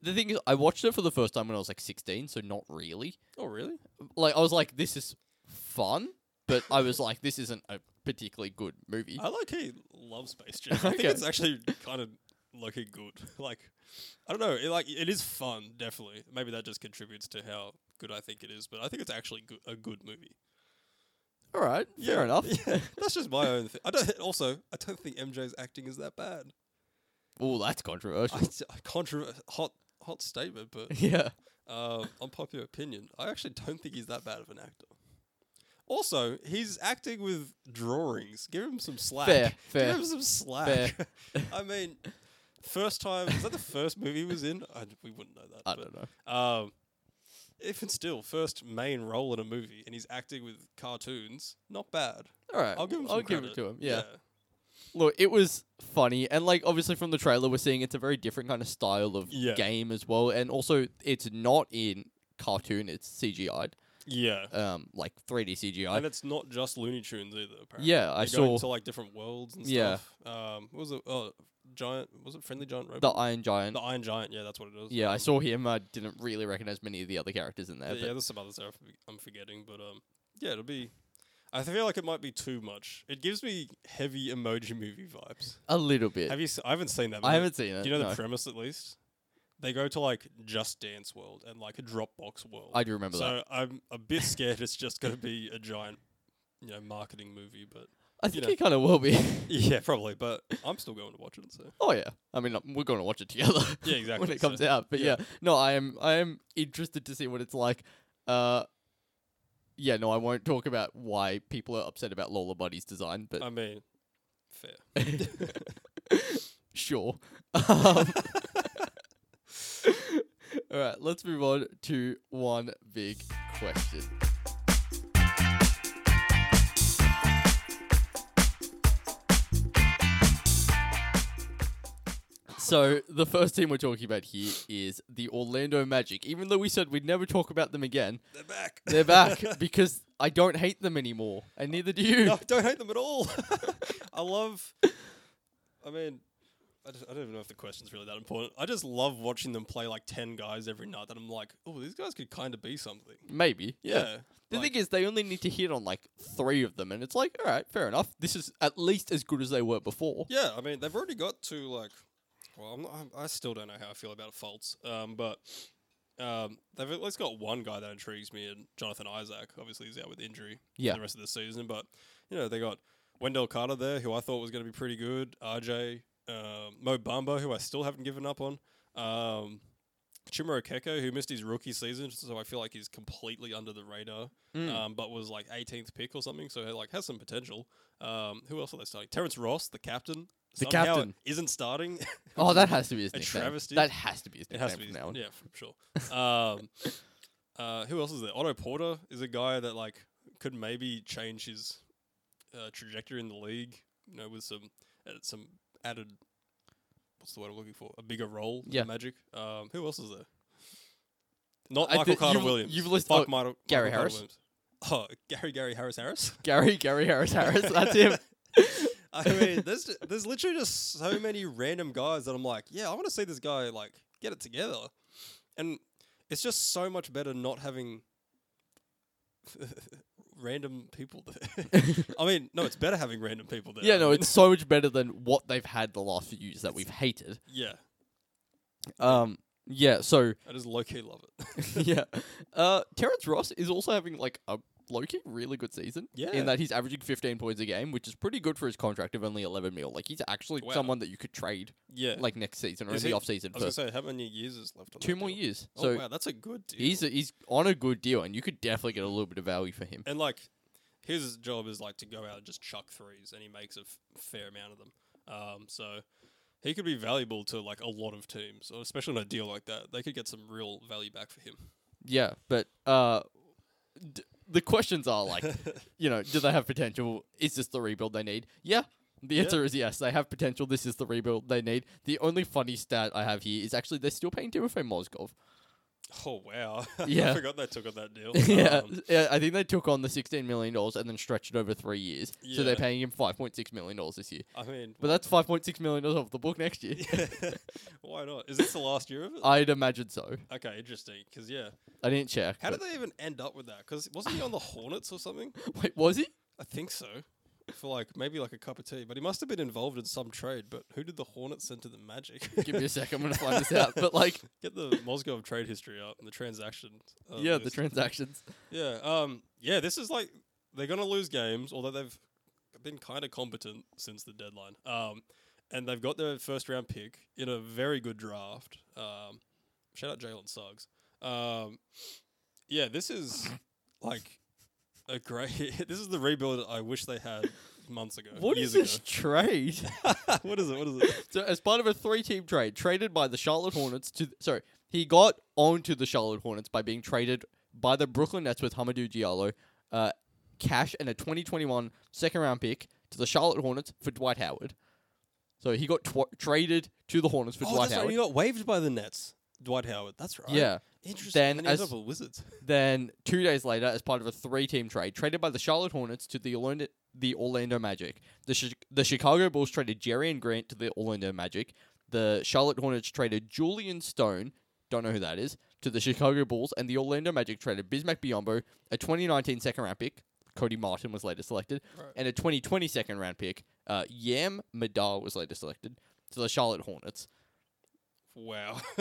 The thing is, I watched it for the first time when I was like 16, so not really.
Oh, really?
Like, I was like, this is fun, but I was like, this isn't a particularly good movie.
I like he loves Space Jam. I think
Okay.
it's actually kind of looking good. like I don't know, it, like it is fun, definitely. Maybe that just contributes to how good I think it is, but I think it's actually good, a good movie.
All right. Fair enough.
Yeah, that's just my own thing. I don't. Also, I don't think MJ's acting is that bad.
Oh, that's controversial.
I, s- I controver- hot hot statement, but
yeah.
um, unpopular opinion. I actually don't think he's that bad of an actor. Also, he's acting with drawings. Give him some slack.
Fair, fair,
Give him some slack. I mean, first time is that the first movie he was in? I, we wouldn't know that.
I
but,
don't know.
Um, if it's still first main role in a movie and he's acting with cartoons, not bad.
All right.
I'll give him. Some
Uh, I'll give it
credit.
to him. Yeah. Look, it was funny, and like obviously from the trailer, we're seeing it's a very different kind of style of
Yeah.
game as well, and also it's not in cartoon; it's CGI'd.
Yeah.
um, like 3D CGI.
and it's not just Looney Tunes either. Apparently.
Yeah, I
They're going
saw
to like different worlds and
Yeah.
stuff. Um, what was it? Oh, giant. Was it friendly giant
the
robot?
Iron Giant.
The, Iron Giant. Yeah, that's what it is.
yeah, I
Um,
saw him. I didn't really recognize many of the other characters in there.
Yeah,
but
there's some others there I'm forg- I'm forgetting, but um, yeah, it'll be. I feel like it might be too much. It gives me heavy emoji movie vibes.
a little bit.
Have you? s- I haven't seen that.
I
movie.
haven't seen it.
Do you know
no.
the premise at least? They go to like Just Dance World and like Dropbox World.
I do remember that.
so I'm a bit scared. it's just gonna be a giant, you know, marketing movie. But
I think
know.
it kind of will be.
yeah, probably. But I'm still going to watch it. So
oh yeah, I mean um, we're going to watch it together
yeah, exactly.
when it
so-
comes out. But yeah.
yeah.
no, I am I am interested to see what it's like. Uh, yeah, no, I won't talk about why people are upset about Lola Bunny's design, but
I mean, fair.
sure. Um, all right, let's move on to one big question. So, the first team we're talking about here is the Orlando Magic. Even though we said we'd never talk about them again,
They're back.
they're back because I don't hate them anymore, and neither do you.
No, I don't hate them at all. I love. I mean, I, just, I don't even know if the question's really that important. I just love watching them play like ten guys every night. That I'm like, oh, these guys could kind of be something.
Maybe.
Yeah.
The
like-
thing is, they only need to hit on like three of them, and it's like, all right, fair enough. This is at least as good as they were before.
yeah, I mean, they've already got to like. Well, I'm not, I'm- I still don't know how I feel about Fultz, um, but um, they've at least got one guy that intrigues me, and Jonathan Isaac. Obviously, he's out with injury
Yeah.
for the rest of the season, but you know they got Wendell Carter there, who I thought was going to be pretty good. RJ um Mo Bamba, who I still haven't given up on. Um, Chimero Keko, who missed his rookie season, so I feel like he's completely under the radar
Hmm.
um, but was like 18th pick or something. So he like has some potential. Um, who else are they starting? Terrence Ross, the captain.
The
somehow
captain.
isn't starting.
oh, that has to be his
A
nickname.
travesty.
That has to be his
it
nickname
has to be
from now on.
yeah, for sure. Um, uh, who else is there? Otto Porter is a guy that like could maybe change his uh, trajectory in the league. You know, with some uh, some added. What's the word I'm looking for? A bigger role
Yeah.
in Magic. Um, who else is there? Not
I
Michael
thi-
Carter
you've-
Williams.
you've listed-
Fuck
oh,
Michael,
Gary
Michael
Harris?
Carter-Williams. Oh, Gary Gary Harris Harris.
Gary, Gary Harris, Harris. That's him.
I mean, there's ju- there's literally just so many random guys that I'm like, yeah, I want to see this guy like get it together, and it's just so much better not having random people there. I mean, no, it's better having random people there.
Yeah,
I
no,
mean,
it's so much better than what they've had the last few years that we've hated.
yeah,
Um, yeah. So
I just low key love it.
yeah, uh, Terrence Ross is also having like a low-key really good season.
Yeah.
in that he's averaging 15 points a game, which is pretty good for his contract of only 11 mil. Like he's actually
Wow.
someone that you could trade
yeah,
like next season or
Is
in the
he-
off season
I
for
was gonna say, how many years is left on
two
that
more
deal?
years.
Oh
so
wow, that's a good deal.
he's he's on a good deal, and you could definitely get a little bit of value for him.
and like his job is like to go out and just chuck threes, and he makes a f- fair amount of them. Um, so he could be valuable to like a lot of teams, or especially on a deal like that. They could get some real value back for him.
Yeah, but uh, d- the questions are like, you know, do they have potential? Is this the rebuild they need? Yeah. The
Yeah.
answer is yes. They have potential. This is the rebuild they need. The only funny stat I have here is actually they're still paying Timofey Mozgov.
Oh wow!
Yeah.
I forgot they took on that deal.
yeah,
Um,
yeah, I think they took on the sixteen million dollars and then stretched it over three years. So they're
Yeah.
paying him five point six million dollars this year.
I mean,
But that's five point six million dollars off the book next year.
why not? Is this the last year of it?
I'd imagine so.
okay, interesting. Because yeah,
I didn't check.
how
but-
did they even end up with that? Because wasn't he on the Hornets or something?
Wait, was he?
I think so. For like maybe like a cup of tea, but he must have been involved in some trade. But who did the Hornets send to the Magic?
Give me a second. I'm gonna find this out. But like,
Get the Mozgov trade history up and the transactions. uh,
yeah, the
list.
transactions.
yeah, um, yeah. This is like they're gonna lose games, although they've been kind of competent since the deadline. Um, and they've got their first round pick in a very good draft. Um, shout out Jalen Suggs. Um, yeah, this is like a great. this is the rebuild I wish they had months ago.
What is
years
this trade?
Ago. what is it? What is it?
so as part of a three-team trade, traded by the Charlotte Hornets to sorry, he got onto the Charlotte Hornets by being traded by the Brooklyn Nets with Hamadou Diallo, uh, cash and a 2021 second-round pick to the Charlotte Hornets for Dwight Howard. So he got tw- traded to the Hornets for
Oh,
Dwight
that's right,
Howard.
he got waived by the Nets. Dwight Howard. That's right.
Yeah.
Interesting.
Then
Then and he ended
as-
up with Wizards.
Then two days later, as part of a three-team trade, traded by the Charlotte Hornets to the Orlando, the Orlando Magic. The Chi- the Chicago Bulls traded Jerry and Grant to the Orlando Magic. The Charlotte Hornets traded Julian Stone, don't know who that is, to the Chicago Bulls, and the Orlando Magic traded Bismack Biombo, a 2019 second round pick. Cody Martin was later selected,
Right.
and a 2020 second round pick. Uh, Yam Madar was later selected to the Charlotte Hornets.
Wow.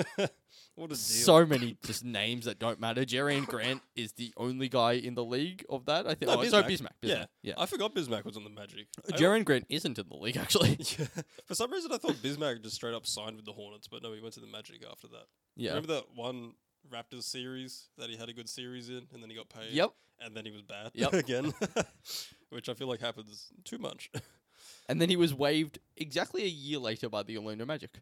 what a deal.
So many just names that don't matter. Jerry and Grant is the only guy in the league of that. I think.
No,
oh, So
Bismack.
Bismack.
Yeah.
Bismack. Yeah. Uh,
I forgot Bismack was on the Magic. I-
Jerry and Grant isn't in the league actually.
Yeah. For some reason, I thought Bismack just straight up signed with the Hornets, but no, he went to the Magic after that.
Yeah.
Remember that one Raptors series that he had a good series in, and then he got paid.
Yep.
And then he was bad
Yep.
again, which I feel like happens too much.
And then he was waived exactly a year later by the Orlando Magic.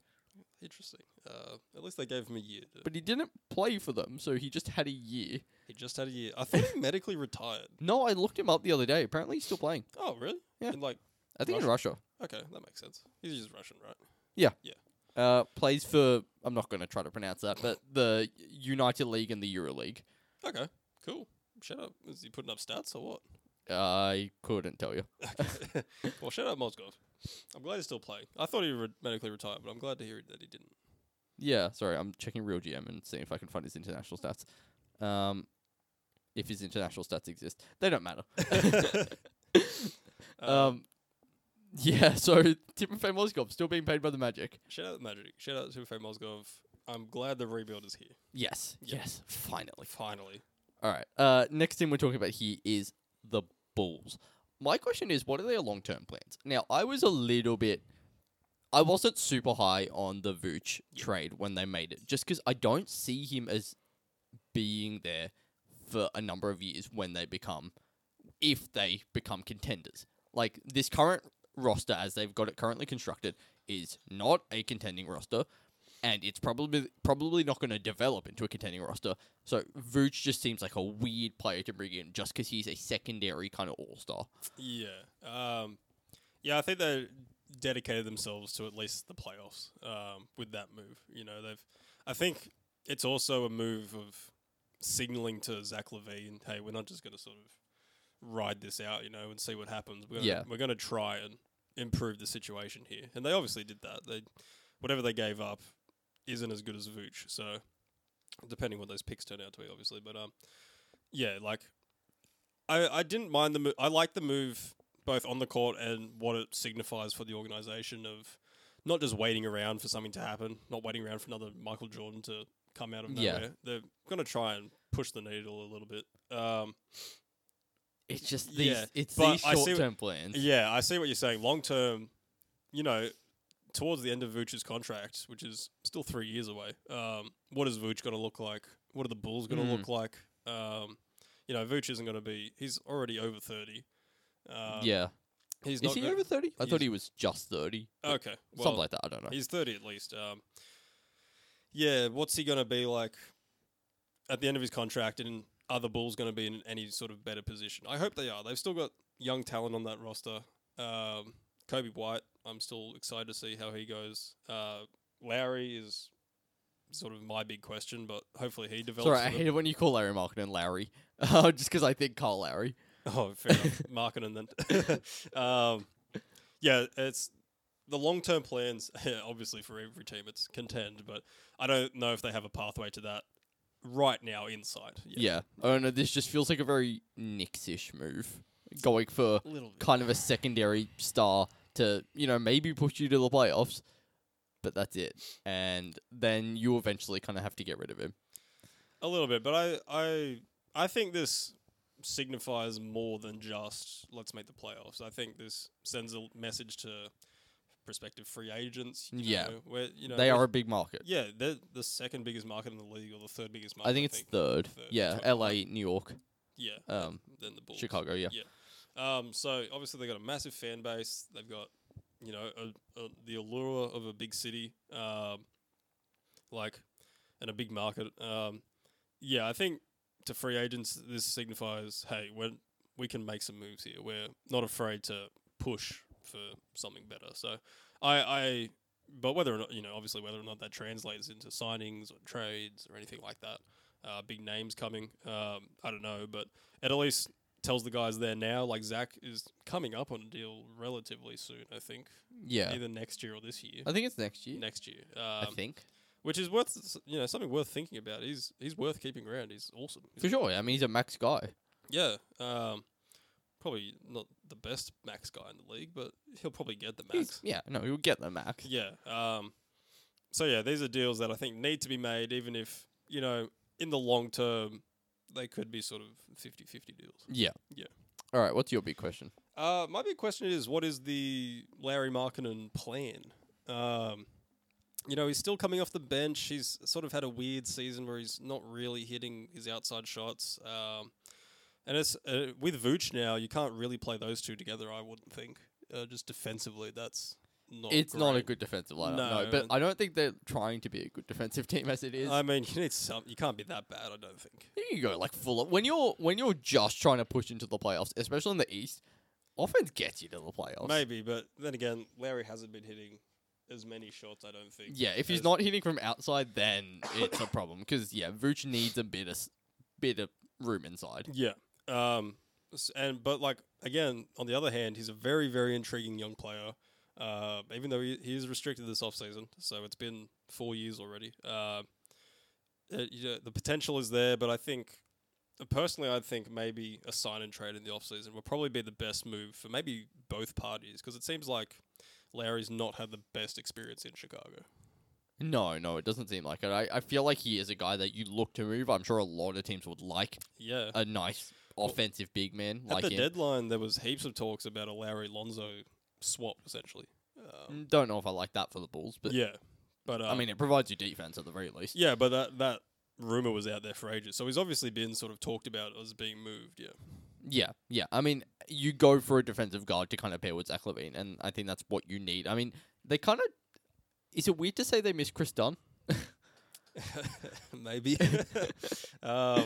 Interesting. Uh, at least they gave him a year. to-
But he didn't play for them, so he just had a year.
he just had a year. I thought he medically retired.
No, I looked him up the other day. Apparently, he's still playing.
Oh, really?
Yeah.
In like,
I think in Russia.
okay, that makes sense. He's just Russian, right?
Uh, plays for I'm not going to try to pronounce that, but the United League and the Euro League.
Okay, cool. Shut up. Is he putting up stats or what?
I couldn't tell you.
Okay. well, shut up, Mozgov. I'm glad he's still playing. I thought he re- medically retired, but I'm glad to hear that he didn't.
Yeah, sorry. I'm checking Real GM and seeing if I can find his international stats. Um, if his international stats exist, they don't matter.
um,
um, yeah. So Timofey Mozgov still being paid by the Magic.
shout out the Magic. Shout out to Timofey Mozgov. I'm glad the rebuild is here.
Yes.
Yeah.
Yes. Finally.
Finally.
All right. Uh, next team we're talking about here is the Bulls. My question is, what are their long term plans? Now, I was a little bit, I wasn't super high on the Vooch trade when they made it, just because I don't see him as being there for a number of years when they become, if they become contenders. Like this current roster, as they've got it currently constructed, is not a contending roster and it's probably probably not going to develop into a contending roster. So Vooch just seems like a weird player to bring in just because he's a secondary kind of all star.
Yeah. Um, yeah, I think they dedicated themselves to at least the playoffs um, with that move. You know, they've. I think it's also a move of signaling to Zach Levine, hey, we're not just going to sort of ride this out, you know, and see what happens. We're gonna,
Yeah.
we're going to try and improve the situation here, and they obviously did that. They whatever they gave up isn't as good as Vooch, so depending what those picks turn out to be, obviously. But um, yeah, like I I didn't mind the move. I like the move both on the court and what it signifies for the organization of not just waiting around for something to happen, not waiting around for another Michael Jordan to come out of
Yeah.
nowhere. They're going to try and push the needle a little bit. Um,
It's just these.
Yeah,
it's
but
these
I see what-
short term plans.
yeah, I see what you're saying. Long term, you know, towards the end of Vooch's contract, which is still three years away, um, what is Vooch going to look like? What are the Bulls going to
Mm.
look like? Um, you know, Vooch isn't going to be. He's already over thirty. Um,
yeah.
he's
Is
not
he
gonna-
over thirty? I thought
he's-
he was just thirty. but
Okay, well,
Something like that. I don't know.
He's 30 at least. Um, yeah, what's he going to be like at the end of his contract? And are the Bulls going to be in any sort of better position? I hope they are. They've still got young talent on that roster. Um, Kobe White, I'm still excited to see how he goes. Uh, Lowry is sort of my big question, but hopefully he develops.
Sorry, I
for them.
hate it when you call Larry Markin and Lowry, uh, just because I think Carl Lowry.
Oh, fair enough. Markkinen then. um, yeah, it's the long term plans. Obviously, for every team, it's contend, but I don't know if they have a pathway to that right now inside.
Yeah. Oh no, this just feels like a very Knicks-ish move, going for
a little bit.
kind of a secondary star to, you know, maybe push you to the playoffs. But that's it. And then you eventually kind of have to get rid of him.
A little bit, but I, I, I think this signifies more than just let's make the playoffs. I think this sends a message to prospective free agents. you
Yeah.
know, where you know
they
if-
are a big market.
Yeah, they're the second biggest market in the league, or the third biggest market.
I think it's third.
Third,
Yeah,
something
LA, New York,
Yeah.
um,
than the Bulls.
Chicago. Yeah.
Um, so obviously they've got a massive fan base. They've got you know a, a, the allure of a big city, um, like, and a big market. Um, yeah, I think to free agents this signifies hey we we can make some moves here. We're not afraid to push for something better. So I I but whether or not you know, obviously, whether or not that translates into signings or trades or anything like that, uh, big names coming, um, I don't know. But it at least tells the guys there now, like Zach is coming up on a deal relatively soon. I think
Yeah.
either next year or this year.
I think it's next year.
Next year, um,
I think.
which is worth s- you know something worth thinking about. He's he's worth keeping around. He's awesome. He's
For sure. I mean, he's a max guy.
Yeah. Um, probably not the best max guy in the league, but he'll probably get the
He's-
max.
yeah, no, he'll get the max.
Yeah. Um, so yeah, these are deals that I think need to be made, even if you know in the long term they could be sort of 50-50 deals.
Yeah.
Yeah.
All right, what's your big question?
Uh, my big question is, what is the Larry Markkinen plan? Um, you know, he's still coming off the bench. He's sort of had a weird season where he's not really hitting his outside shots. Um, and it's uh, with Vooch now, you can't really play those two together. I wouldn't think. Uh, just defensively, that's not.
it's not a
great.
good defensive lineup, no,
No,
but
and-
I don't think they're trying to be a good defensive team as it is.
I mean, you need some. You can't be that bad. I don't think.
There you go, like full of when you're when you're just trying to push into the playoffs, especially in the East, offense gets you to the playoffs.
Maybe, but then again, Larry hasn't been hitting as many shots. I don't think.
Yeah, if he's
as-
not hitting from outside, then it's a problem because yeah, Vooch needs a bit of s- bit of room inside.
Yeah. Um. s- And but like again, on the other hand, he's a very very intriguing young player. Uh, even though he, he is restricted this offseason, so it's been four years already. Uh, it, you know, the potential is there, but I think personally, I think maybe a sign and trade in the offseason will probably be the best move for maybe both parties because it seems like Larry's not had the best experience in Chicago.
No, no, it doesn't seem like it. I, I feel like he is a guy that you look to move. I'm sure a lot of teams would like
Yeah.
a nice offensive big man like
At the
him.
deadline, there was heaps of talks about a Larry Lonzo swap, essentially. Um,
Mm, Don't know if I like that for the Bulls, but
yeah, but um,
I mean, it provides you defense at the very least.
yeah, but that that rumor was out there for ages, so he's obviously been sort of talked about as being moved. Yeah,
Yeah, yeah. I mean, you go for a defensive guard to kind of pair with Zach Levine, and I think that's what you need. I mean, they kind of. Is it weird to say they miss Chris Dunn?
maybe. um,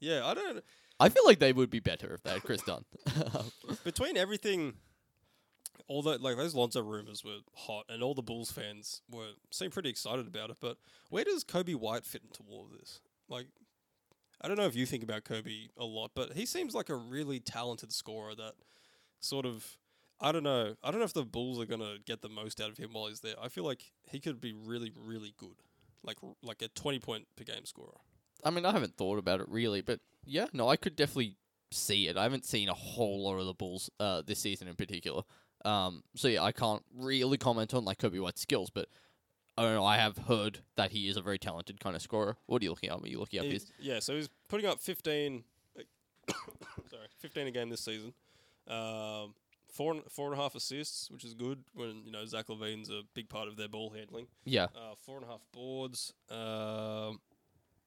yeah, I don't.
I feel like they would be better if they had Chris Dunn.
Between everything, all that like those Lonzo rumors were hot, and all the Bulls fans were seemed pretty excited about it. But where does Kobe White fit into all of this? Like. I don't know if you think about Kobe a lot, but he seems like a really talented scorer that sort of I don't know. I don't know if the Bulls are gonna get the most out of him while he's there. I feel like he could be really, really good, like like a twenty point per game scorer.
I mean, I haven't thought about it really, but yeah, no, I could definitely see it. I haven't seen a whole lot of the Bulls uh, this season in particular. Um, so yeah, I can't really comment on like Kobe White's skills, but I don't know. I have heard that he is a very talented kind of scorer. What are you looking up? Are you looking up
He-
his?
yeah, so he's putting up fifteen. sorry, fifteen a game this season. Um, four and, four and a half assists, which is good when you know Zach Levine's a big part of their ball handling.
Yeah,
Uh, four and a half boards, um,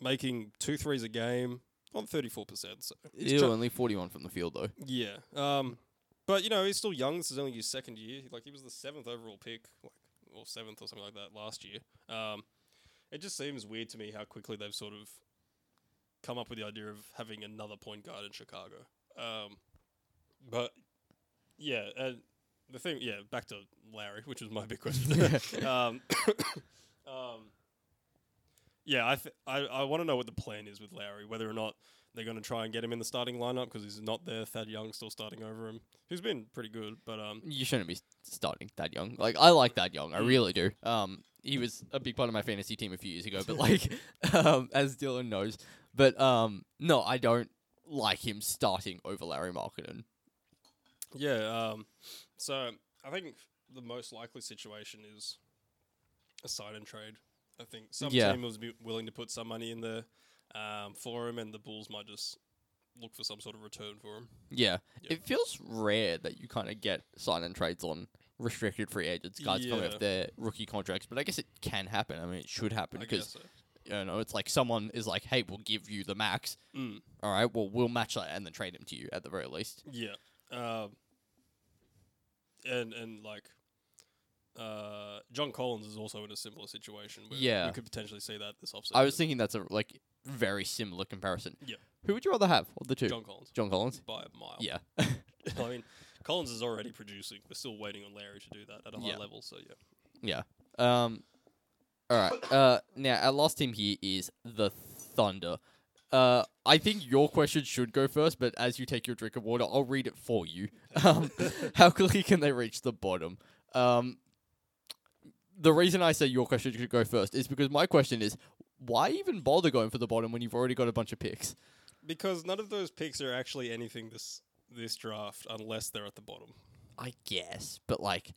making two threes a game on thirty four percent. So he's
Ew,
try-
only forty-one from the field though.
Yeah. Um, but you know he's still young. This is only his second year. Like he was the seventh overall pick, like or seventh or something like that last year. Um, it just seems weird to me how quickly they've sort of come up with the idea of having another point guard in Chicago. Um, but yeah, and the thing, yeah, back to Larry, which was my big question. um, um, yeah, I, th- I I want to know what the plan is with Lowry, whether or not they're going to try and get him in the starting lineup because he's not there. Thad Young's still starting over him, who's been pretty good, but um,
you shouldn't be starting that young. Like I like that young, I
Mm.
really do. Um, he was a big part of my fantasy team a few years ago, but like, um, as Dylan knows, but um, no, I don't like him starting over Larry Markkinen.
yeah, um, so I think the most likely situation is a sign and trade. I think some
Yeah.
team was be willing to put some money in there um, for him, and the Bulls might just look for some sort of return for him.
Yeah.
Yeah.
it feels rare that you kind of get sign and trades on restricted free agents, guys coming
Yeah.
off their rookie contracts. But I guess it can happen. I mean, it should happen
I
because
guess so.
you know it's like someone is like, "Hey, we'll give you the max."
Mm.
All right, well, we'll match that and then trade him to you at the very least.
Yeah. Um, and and like uh, John Collins is also in a similar situation. Where
Yeah.
we could potentially see that this offseason.
I was thinking that's a like very similar comparison.
Yeah.
Who would you rather have of the two?
John Oh. Collins
John Collins.
by a mile.
Yeah.
I mean, Collins is already producing. We're still waiting on Larry to do that at a high
Yeah.
level. So yeah,
yeah. Um, all right. Uh, now our last team here is the Thunder. Uh, I think your question should go first, but as you take your drink of water, I'll read it for you. Um, how quickly can they reach the bottom? Um, the reason I say your question should go first is because my question is, why even bother going for the bottom when you've already got a bunch of picks?
because none of those picks are actually anything this this draft unless they're at the bottom.
I guess, but like,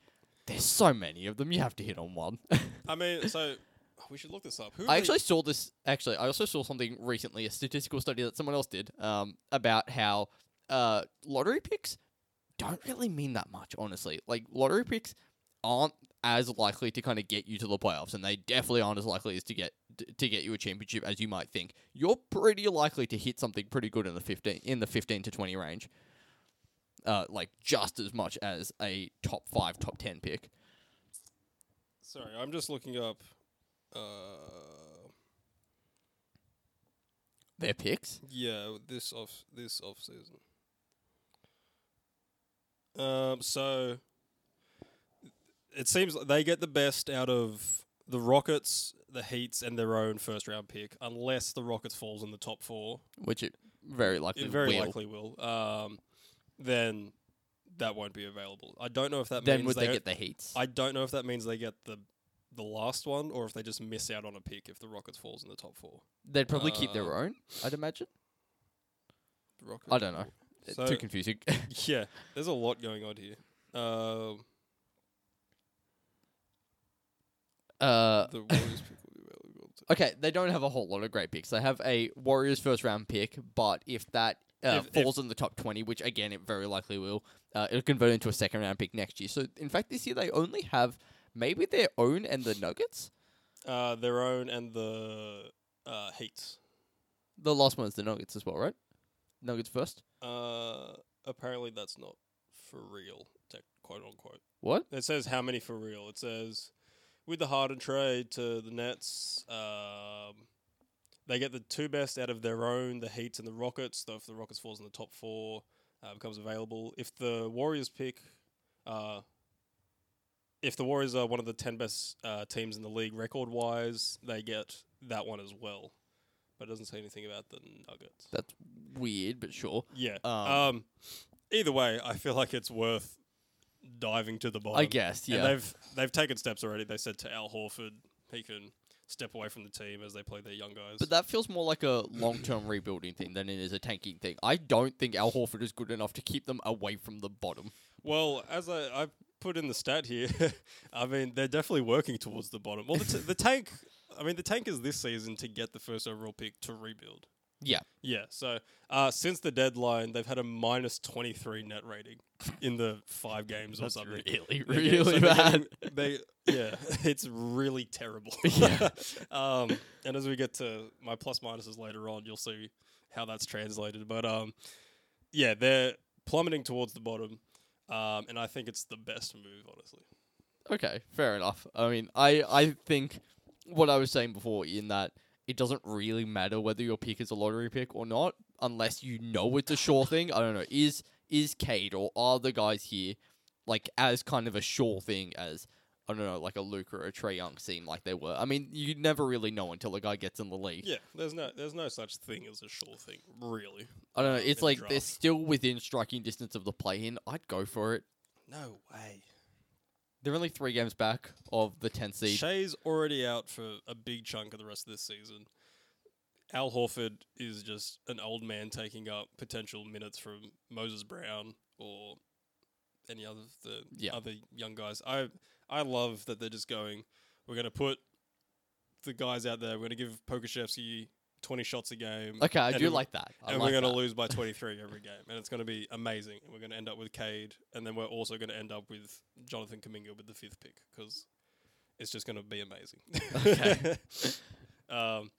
there's so many of them. You have to hit on one.
I mean, so we should look this up. Who
I
they-
actually saw this. Actually, I also saw something recently, a statistical study that someone else did um, about how uh, lottery picks don't really mean that much, honestly. Like lottery picks aren't as likely to kind of get you to the playoffs, and they definitely aren't as likely as to get to get you a championship as you might think. You're pretty likely to hit something pretty good in the fifteen in the fifteen to twenty range, uh, like just as much as a top five, top ten pick.
Sorry, I'm just looking up. Uh,
Their picks.
yeah, this off this off season. Um, so it seems like they get the best out of the Rockets, the Heats, and their own first round pick, unless the Rockets falls in the top four.
which it very likely
it very
will.
likely will. Um, then that won't be available. I don't know if that
then
means
would they,
they
get the heats?
I don't know if that means they get the the last one or if they just miss out on a pick if the Rockets falls in the top four.
They'd probably keep their
uh,
own, I'd imagine.
The Rockets.
I don't know. It's
So-
Too confusing.
Yeah, there's a lot going on here. Um,
uh,
the Warriors pick will be available. to-
okay, they don't have a whole lot of great picks. They have a Warriors first round pick, but if that uh,
If- if-
falls in the top twenty, which again it very likely will, uh, it'll convert into a second round pick next year. So in fact, this year they only have maybe their own and the Nuggets.
Uh, their own and the uh, Heat.
The last one's the Nuggets as well, right? Nuggets first.
Uh, apparently that's not for real, tech, quote unquote.
What?
It says how many for real. It says with the Harden trade to the Nets, um, they get the two best out of their own, the Heat and the Rockets. Though if the Rockets falls in the top four, uh, becomes available. If the Warriors pick, uh, if the Warriors are one of the ten best uh, teams in the league record wise, they get that one as well. But it doesn't say anything about the Nuggets.
That's weird, but sure.
Yeah.
Um,
Um, either way, I feel like it's worth diving to the bottom.
I guess. Yeah.
And they've they've taken steps already. They said to Al Horford he can step away from the team as they play their young guys.
But that feels more like a long term rebuilding thing than it is a tanking thing. I don't think Al Horford is good enough to keep them away from the bottom.
well, as I, I put in the stat here, I mean they're definitely working towards the bottom. Well, the, t- the tank. I mean the tank is this season to get the first overall pick to rebuild.
Yeah.
Yeah. So uh, since the deadline, they've had a minus twenty three net rating in the five games or something.
really,
They get-
really
so they're
bad.
getting- They yeah, it's really terrible.
Yeah.
um, and as we get to my plus minuses later on, you'll see how that's translated. But um, yeah, they're plummeting towards the bottom, um, and I think it's the best move, honestly.
Okay, fair enough. I mean, I, I think what I was saying before in that it doesn't really matter whether your pick is a lottery pick or not, unless you know it's a sure thing. I don't know. Is is Cade or are the guys here like as kind of a sure thing as I don't know, like a Luke or a Trey Young seem like they were. I mean, you never really know until a guy gets in the league.
Yeah, there's no there's no such thing as a sure thing, really.
I don't know.
um, in
It's
the
like they're
draft.
still within striking distance of the play-in. I'd go for it.
No way.
They're only three games back of the 10 seed.
Shea's already out for a big chunk of the rest of this season. Al Horford is just an old man taking up potential minutes from Moses Brown or any other of the
Yeah.
other young guys. I I love that they're just going. We're gonna put the guys out there. We're gonna give Pokashevsky twenty shots a game.
Okay, I
and
do
then-
like that. I
and
like
we're going
that.
to lose by 23 every game, and it's going to be amazing. And we're going to end up with Cade, and then we're also going to end up with Jonathan Kaminga with the fifth pick because it's just going to be amazing.
Okay.
um,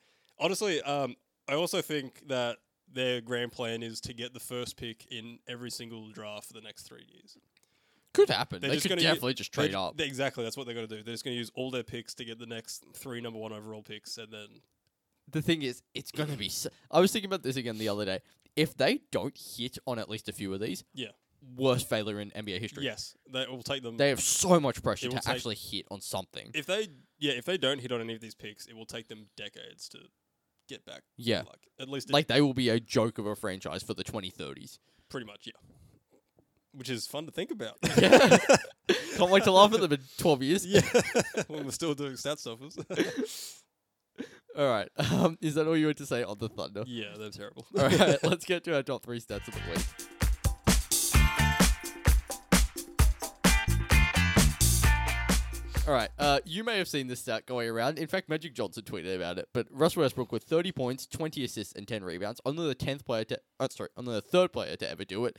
honestly, um, I also think that their grand plan is to get the first pick in every single draft for the next three years.
Could happen.
They're
They
just
could
gonna u-
definitely just trade
They-
up.
they- exactly, that's what they're going to do. They're just going to use all their picks to get the next three number one overall picks, and then
the thing is, it's going to be. So- I was thinking about this again the other day. If they don't hit on at least a few of these,
Yeah.
worst failure in NBA history.
Yes, they will take them.
They have so much pressure
It
to
will take-
actually hit on something.
if they yeah, if they don't hit on any of these picks, it will take them decades to get back.
Yeah.
like at least a
Like they will be a joke of a franchise for the 2030s.
Pretty much, yeah. Which is fun to think about.
Yeah. Can't wait to laugh at them in 12 years.
yeah. when we're still doing stat stuffers.
All right. Um, is that all you had to say on the Thunder?
yeah, they're terrible.
All right. Let's get to our top three stats of the week. All right. Uh, you may have seen this stat going around. In fact, Magic Johnson tweeted about it. But Russell Westbrook with 30 points, 20 assists, and 10 rebounds. Only the 10th player to, uh, sorry, only the third player to ever do it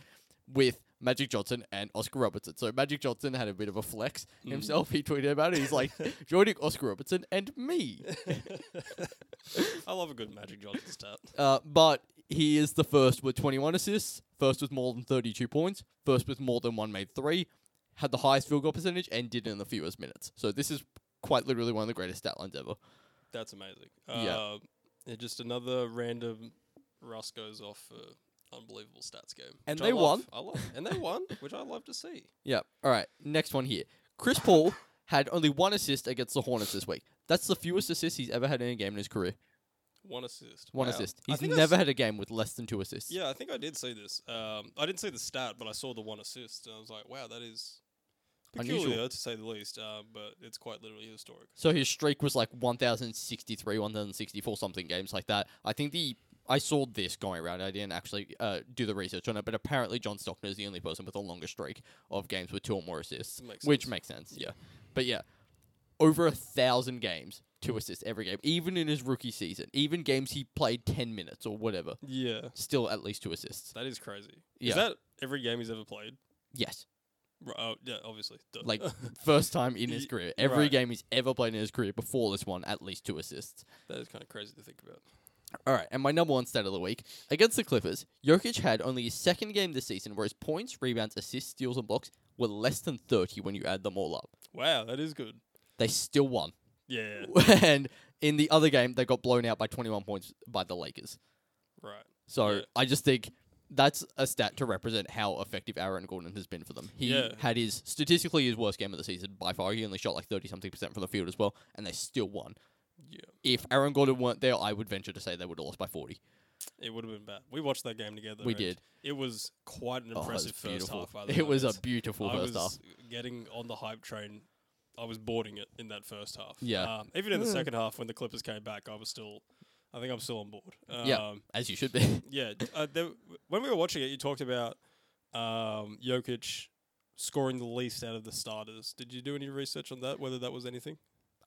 with Magic Johnson and Oscar Robertson. So Magic Johnson had a bit of a flex himself. He tweeted about it. He's like, joining Oscar Robertson and me.
I love a good Magic Johnson stat.
Uh, but he is the first with 21 assists, first with more than 32 points, first with more than one made three, had the highest field goal percentage, and did it in the fewest minutes. So this is quite literally one of the greatest stat lines ever.
That's amazing. Uh,
Yeah.
yeah, Just another random Russ goes off for unbelievable stats game.
And
which
they
I love. I love. And they won, which I love to see.
Yeah. All right. Next one here. Chris Paul had only one assist against the Hornets this week. That's the fewest assists he's ever had in a game in his career.
One assist.
One
Wow.
assist.
I
He's
think I
never had a game with less than two assists.
Yeah, I think I did see this. Um, I didn't see the stat, but I saw the one assist, and I was like, "Wow, that is peculiar
Unusual.
to say the least." Uh, but it's quite literally historic.
So his streak was like 1,063, 1,064 something games like that. I think the I saw this going around. I didn't actually uh, do the research on it, but apparently John Stockton is the only person with a longer streak of games with two or more assists,
Makes
which
sense.
makes sense. Yeah, but yeah, over a thousand games, two assists every game, even in his rookie season, even games he played ten minutes or whatever,
Yeah,
still at least two assists.
that is crazy.
Yeah.
Is that every game he's ever played?
Yes,
Ri- Oh, yeah, obviously. Duh.
like first time in his
Y-
career, every
right.
game he's ever played in his career before this one, at least two assists.
that is kind of crazy to think about.
All right, and my number one stat of the week against the Clippers, Jokic had only his second game this season where his points, rebounds, assists, steals, and blocks were less than thirty when you add them all up.
Wow, that is good.
They still won,
Yeah,
and in the other game, they got blown out by twenty-one points by the Lakers.
right.
So
Yeah.
I just think that's a stat to represent how effective Aaron Gordon has been for them. He
Yeah.
had his statistically his worst game of the season by far. He only shot like thirty something percent from the field as well, and they still won.
Yeah,
If Aaron Gordon weren't there, I would venture to say they would have lost by forty.
it would have been bad. We watched that game together.
We
and
did.
It was quite an
Oh, it was
impressive first
beautiful.
half. By the
it was a
Nuggets.
beautiful
I
first
was
half.
getting on the hype train. I was boarding it in that first half.
Yeah.
Um, even in the
Yeah.
second half, when the Clippers came back, I was still, I think I'm still on board. Um,
Yeah. as you should be.
Yeah. d- Uh, there, when we were watching it, you talked about um, Jokic scoring the least out of the starters. Did you do any research on that? Whether that was anything?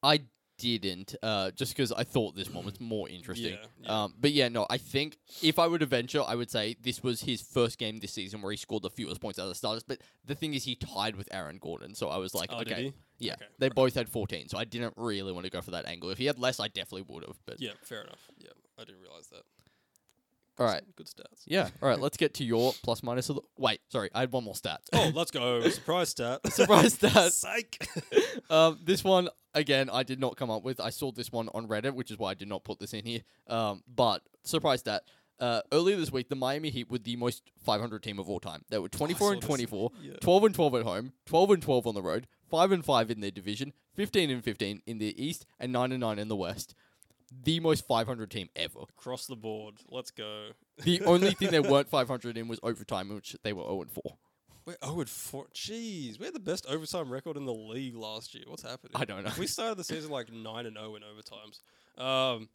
I didn't, uh, just because I thought this one was more interesting.
Yeah, yeah.
Um, but yeah, no, I think if I were to venture, I would say this was his first game this season where he scored the fewest points out of the starters. But the thing is, he tied with Aaron Gordon, so I was like,
Oh,
okay,
did he?
yeah,
Okay,
they both had 14, so I didn't really want to go for that angle. If he had less, I definitely would have. But
Yeah. Fair enough. Yeah. I didn't realize that.
all right,
Good stats.
yeah, all right, let's get to your plus minus. Of the- Wait, sorry, I had one more stat.
Oh, let's go. Surprise stat.
Surprise stat.
Psych.
um, this one again, I did not come up with. I saw this one on Reddit, which is why I did not put this in here. Um, but surprise that uh, earlier this week, the Miami Heat were the most 500 team of all time. They were 24 and
Oh, saw this.
24,
Yeah.
12 and 12 at home, 12 and 12 on the road, 5 and 5 in their division, 15 and 15 in the East, and 9 and 9 in the West. The most 500 team ever.
Across the board. Let's go.
The only thing they weren't 500 in was overtime, in which they were 0 and 4.
We're 0 and 4. Jeez, we had the best overtime record in the league last year. What's happening?
I don't know.
We started the season like 9 and 0 in overtimes. Um,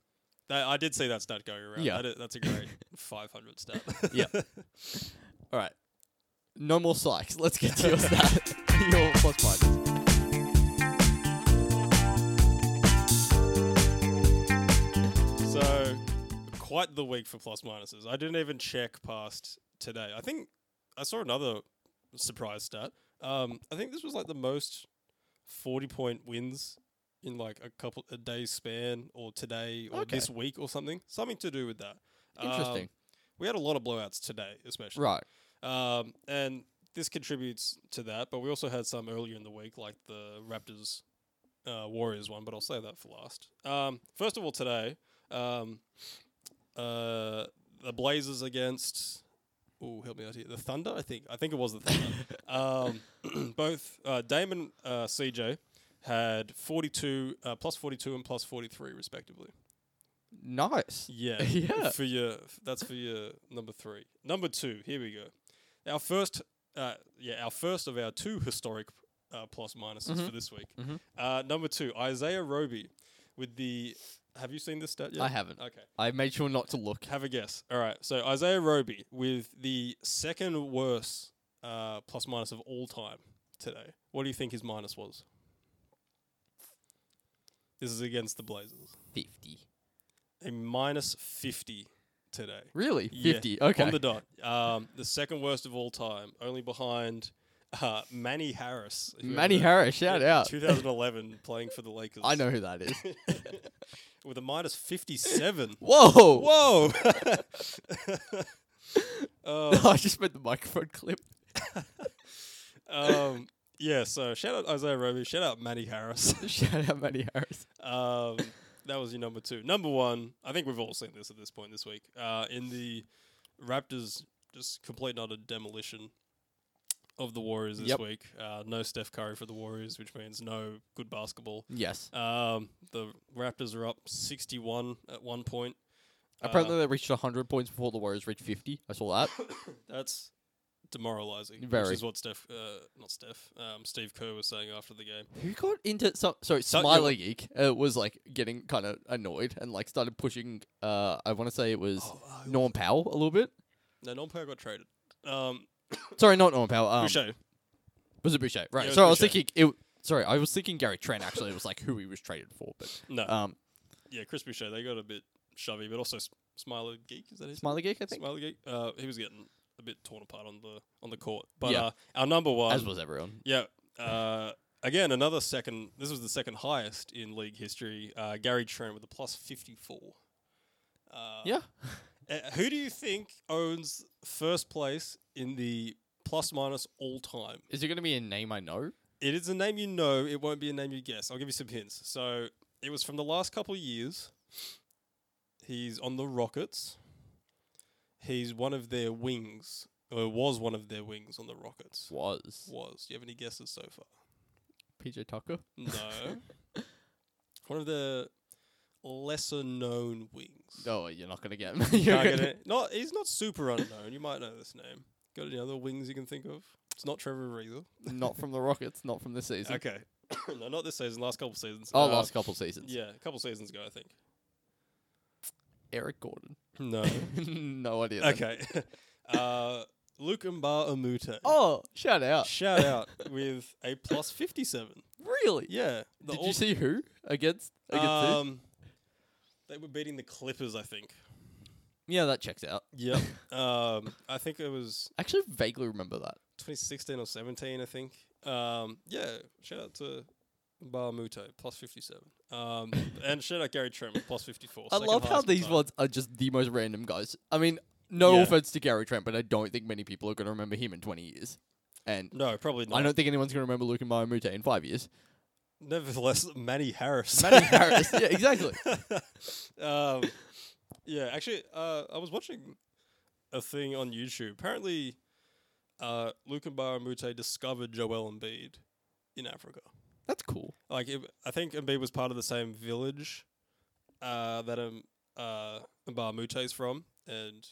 that, I did see that stat going around.
Yeah.
That is, that's a great 500 stat.
Yeah. All right. No more Sykes. Let's get to your stat. your plus minus.
so, quite the week for plus minuses. I didn't even check past today. I think I saw another surprise stat. Um, I think this was like the most 40 point wins in like a couple a day's span or today or
Okay.
this week or something. Something to do with that. Um,
Interesting.
we had a lot of blowouts today, especially.
right.
Um, and this contributes to that, but we also had some earlier in the week, like the Raptors uh, Warriors one, but I'll say that for last. Um, first of all, today, um, uh, the Blazers against oh help me out here. The Thunder, I think. I think it was the Thunder. um, both uh, Damon uh, CJ had 42 uh, plus 42 and plus 43 respectively.
Nice.
Yeah.
Yeah.
For your that's for your number three. Number two. Here we go. Our first, uh, yeah, our first of our two historic uh, plus minuses
Mhm.
for this week.
Mhm.
Uh, number two, Isaiah Roby, with the. Have you seen this stat yet?
I haven't.
Okay.
I made sure not to look.
Have a guess. All right. So Isaiah Roby with the second worst uh, plus minus of all time today. What do you think his minus was? This is against the Blazers.
Fifty.
A minus 50 today.
Really?
Yeah,
Fifty. Okay.
On the dot. Um, the second worst of all time, only behind uh, Manny Harris. who
Manny
had a-
Harris, shout
yeah,
out.
2011 playing for the Lakers.
I know who that is.
With a minus 57.
Whoa!
Whoa! um,
I just made the microphone clip.
um, yeah, so shout out Isaiah Roby, shout out Matty Harris.
Shout out Manny Harris.
Um, that was your number two. Number one, I think we've all seen this at this point this week. Uh, in the Raptors, just complete not a demolition of the Warriors this
Yep.
week. Uh, no Steph Curry for the Warriors, which means no good basketball.
Yes.
Um, the Raptors are up 61 at one point. Uh,
Apparently they reached 100 points before the Warriors reached 50. I saw that.
That's demoralizing. Which
Very.
is what Steph, uh, not Steph, um, Steve Kerr was saying after the game.
Who got into some? Sorry,
So-
Smiley Geek uh, was like getting kind of annoyed and like started pushing. Uh, I want to say it was
Oh,
Norm Powell a little bit.
No, Norm Powell got traded. Um,
Sorry, not Norm Powell. Um,
Boucher.
Was it Boucher? Right.
it was
sorry, I was
Boucher.
thinking it. Sorry, I was thinking Gary Trent. Actually, it was like who he was traded for. But
No,
um,
yeah, Chris Boucher. They got a bit shovey, but also S- Smiler Geek. Is that his? name?
Smiley Geek, I think,
Smiler Geek. Uh, he was getting a bit torn apart on the on the court. But
Yeah.
uh, our number one.
as was everyone.
Yeah. Uh, again, another second. This was the second highest in league history. Uh, Gary Trent with a plus fifty four. Uh,
Yeah.
Uh, who do you think owns first place in the plus minus all time?
Is it going to be a name I know?
It is a name you know. It won't be a name you guess. I'll give you some hints. So it was from the last couple of years. He's on the Rockets. He's one of their wings, or was one of their wings on the Rockets.
Was
Was. Do you have any guesses so far?
PJ Tucker?
No. one of the lesser known wings.
Oh, you're not going to get.
Can I
You're
get
gonna-
it? Not. He's not super unknown. You might know this name. Got any other wings you can think of? It's not Trevor Reeser.
Not from the Rockets. Not from this season.
Okay. no, not this season. Last couple seasons.
Oh,
Uh,
last couple seasons.
Yeah, a couple seasons ago, I think.
Eric Gordon.
No.
no idea. then.
okay. uh, Luke Mbar Amute.
Oh, shout out.
Shout out with a plus 57.
Really?
Yeah. the
Did you
all-
see who against? against who?
um, They were beating the Clippers, I think.
Yeah, that checks out.
Yep. um, I think it was
I actually vaguely remember that.
2016 or 17, I think. Um, yeah. Shout out to Mbar Amute, plus 57. Um, and shout out Gary Trent, with plus 54.
I
second
love how
highest of
these
time.
ones are just the most random guys. I mean, no
Yeah.
offense to Gary Trent, but I don't think many people are going to remember him in 20 years. And
No, probably not.
I don't think anyone's going to remember Luke and Mayamute in five years.
Nevertheless, Manny Harris.
Manny Harris. Yeah, exactly.
um, yeah, actually, uh, I was watching a thing on YouTube. Apparently, uh, Luke Mute discovered Joel Embiid in Africa.
That's cool.
Like, it, I think Embiid was part of the same village uh, that um, uh, Mute's from, and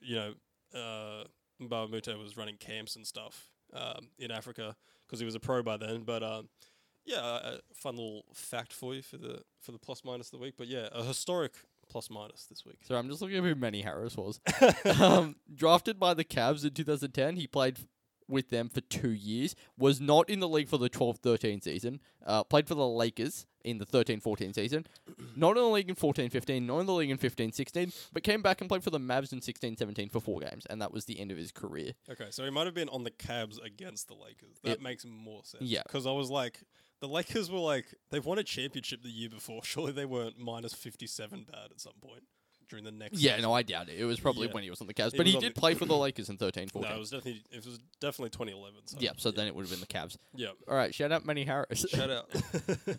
you know, uh, Mbar Mute was running camps and stuff um, in Africa because he was a pro by then. But um, yeah, a a fun little fact for you for the for the plus minus of the week. But yeah, a historic plus minus this week.
So I'm just looking at who Manny Harris was. um, drafted by the Cavs in 2010, he played f- with them for two years. Was not in the league for the 12-13 season. Uh, played for the Lakers in the 13-14 season. Not in the league in 14-15. Not in the league in 15-16. But came back and played for the Mavs in 16-17 for four games, and that was the end of his career.
Okay, so he might have been on the Cavs against the Lakers. That
Yep.
makes more sense.
Yeah.
because I was like, the Lakers were like they've won a championship the year before. Surely they weren't minus fifty seven bad at some point during the next.
Yeah, no, I doubt it. It was probably
Yeah.
when he was on the Cavs,
He
but he
was on
did
the-
play for the Lakers in 13-14.
No, it was definitely it was definitely 2011. So
yeah, so then it would have been the Cavs.
yeah,
All right, shout out Manny Harris.
shout out.
All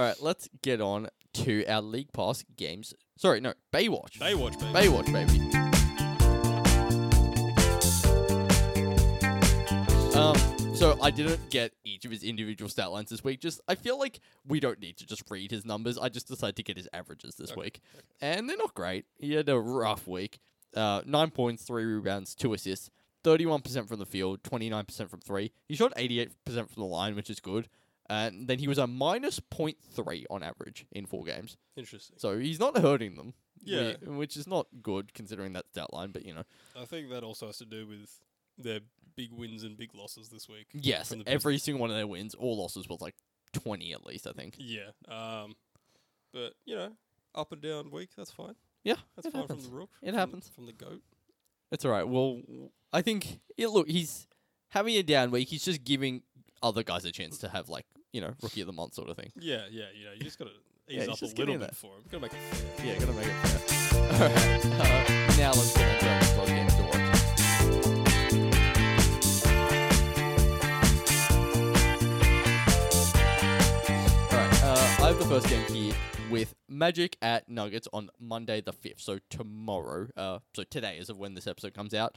right, let's get on to our League Pass games. Sorry, no, Baywatch.
Baywatch, baby.
Baywatch, baby. Um, so I didn't get each of his individual stat lines this week. Just I feel like we don't need to just read his numbers. I just decided to get his averages this
Okay,
week, and they're not great. He had a rough week. Uh, nine points, three rebounds, two assists, thirty-one percent from the field, twenty-nine percent from three. He shot eighty-eight percent from the line, which is good. And then he was a minus 0.3 on average in four games.
Interesting.
So he's not hurting them.
Yeah.
whi- Which is not good considering that stat line, but you know.
I think that also has to do with their big wins and big losses this week.
Yes,
From the
every single one of their wins or losses was like 20 at least, I think.
Yeah. Um, but you know, up and down week. That's fine.
Yeah,
That's
it
fine
happens.
from the rook.
It
from-
happens.
from the goat.
It's all right. Well, I think, yeah, look, he's having a down week. He's just giving other guys a chance to have like, you know, rookie of the month sort of thing.
Yeah, yeah. You know, you just gotta
Yeah,
ease
you
up a
just get
little
in
bit
there.
for him. Gotta make it.
Yeah, gotta make it fair. All right. Uh, now let's get into our first game to watch. Alright, uh, I have the first game here with Magic at Nuggets on Monday the 5th. So tomorrow, uh, so today is of when this episode comes out.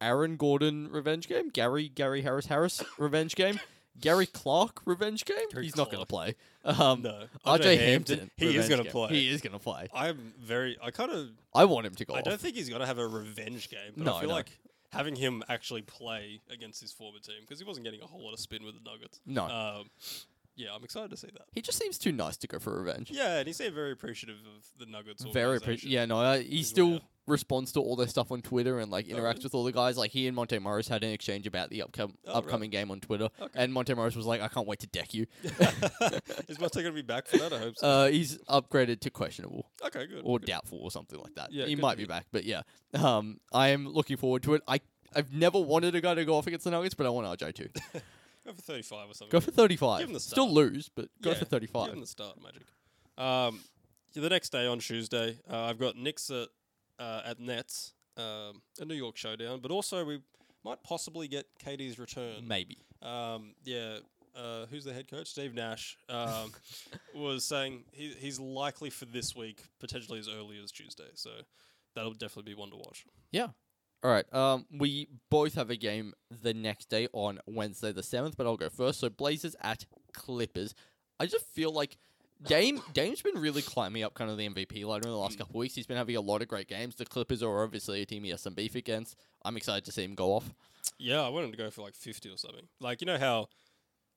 Aaron Gordon revenge game, Gary Gary Harris Harris revenge game, Gary Clark revenge game.
Gary
He's not going to
Clark.
play. Um,
No,
RJ Hampton.
He is
revenge
gonna
game.
play.
He is going to play.
I'm very. I kind of.
I want him to go.
I
off.
don't think he's gonna have a revenge game. But
No,
I feel
no.
like having him actually play against his former team because he wasn't getting a whole lot of spin with the Nuggets.
No.
Um, yeah, I'm excited to see that.
he just seems too nice to go for revenge.
Yeah, and he seemed very appreciative of the Nuggets.
Very pre-
appreciative.
yeah, no, uh, he
He's
still
rare.
responds to all their stuff on Twitter and like
Oh,
interacts
really?
with all the guys. Like he and Monte Morris had an exchange about the upcom-
Oh, right.
upcoming game on Twitter,
Okay.
and Monte Morris was like, "I can't wait to deck you."
is Monte going to be back for that? I hope so.
Uh, he's upgraded to questionable
okay, good.
or
good.
doubtful or something like that.
Yeah,
he
good
might
to
be
hear.
back, but yeah, um, I am looking forward to it. I I've never wanted a guy to go off against the Nuggets, but I want RJ to
Go for 35 or something.
go for thirty-five.
Give him the
Still
start.
lose, but go
Yeah,
for thirty-five.
Give him the start, Magic. Um, yeah, the next day on Tuesday, uh, I've got Knicks at, uh, at Nets, um, a New York showdown, but also we might possibly get KD's return.
Maybe.
Um, yeah. Uh, who's the head coach? Steve Nash um, was saying he, he's likely for this week, potentially as early as Tuesday. So that'll definitely be one to watch.
Yeah. All right. Um, we both have a game the next day on Wednesday the seventh, but I'll go first. So Blazers at Clippers. I just feel like Dame Dame's been really climbing up kind of the MVP ladder in the
Mm.
last couple of weeks. He's been having a lot of great games. The Clippers are obviously a team he has some beef against. I'm excited to see him go off.
Yeah, I wanted to go for like 50 or something. Like, you know how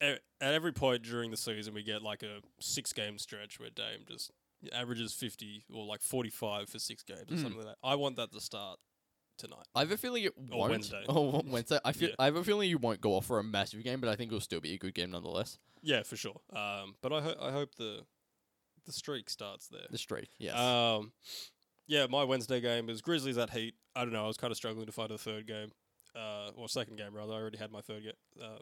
e- at every point during the season we get like a six game stretch where Dame just averages 50 or like 45 for six games or
Mm.
something like that. I want that to start tonight.
I have a feeling it
Or
won't.
Wednesday.
Oh, Wednesday. I feel.
Yeah.
I have a feeling you won't go off for a massive game, but I think it'll still be a good game nonetheless.
Yeah, for sure. Um, but I, ho- I hope the the streak starts there.
The streak. Yes.
Um, yeah, my Wednesday game is Grizzlies at Heat. I don't know. I was kind of struggling to find a third game, uh, or second game rather. I already had my third game. Uh,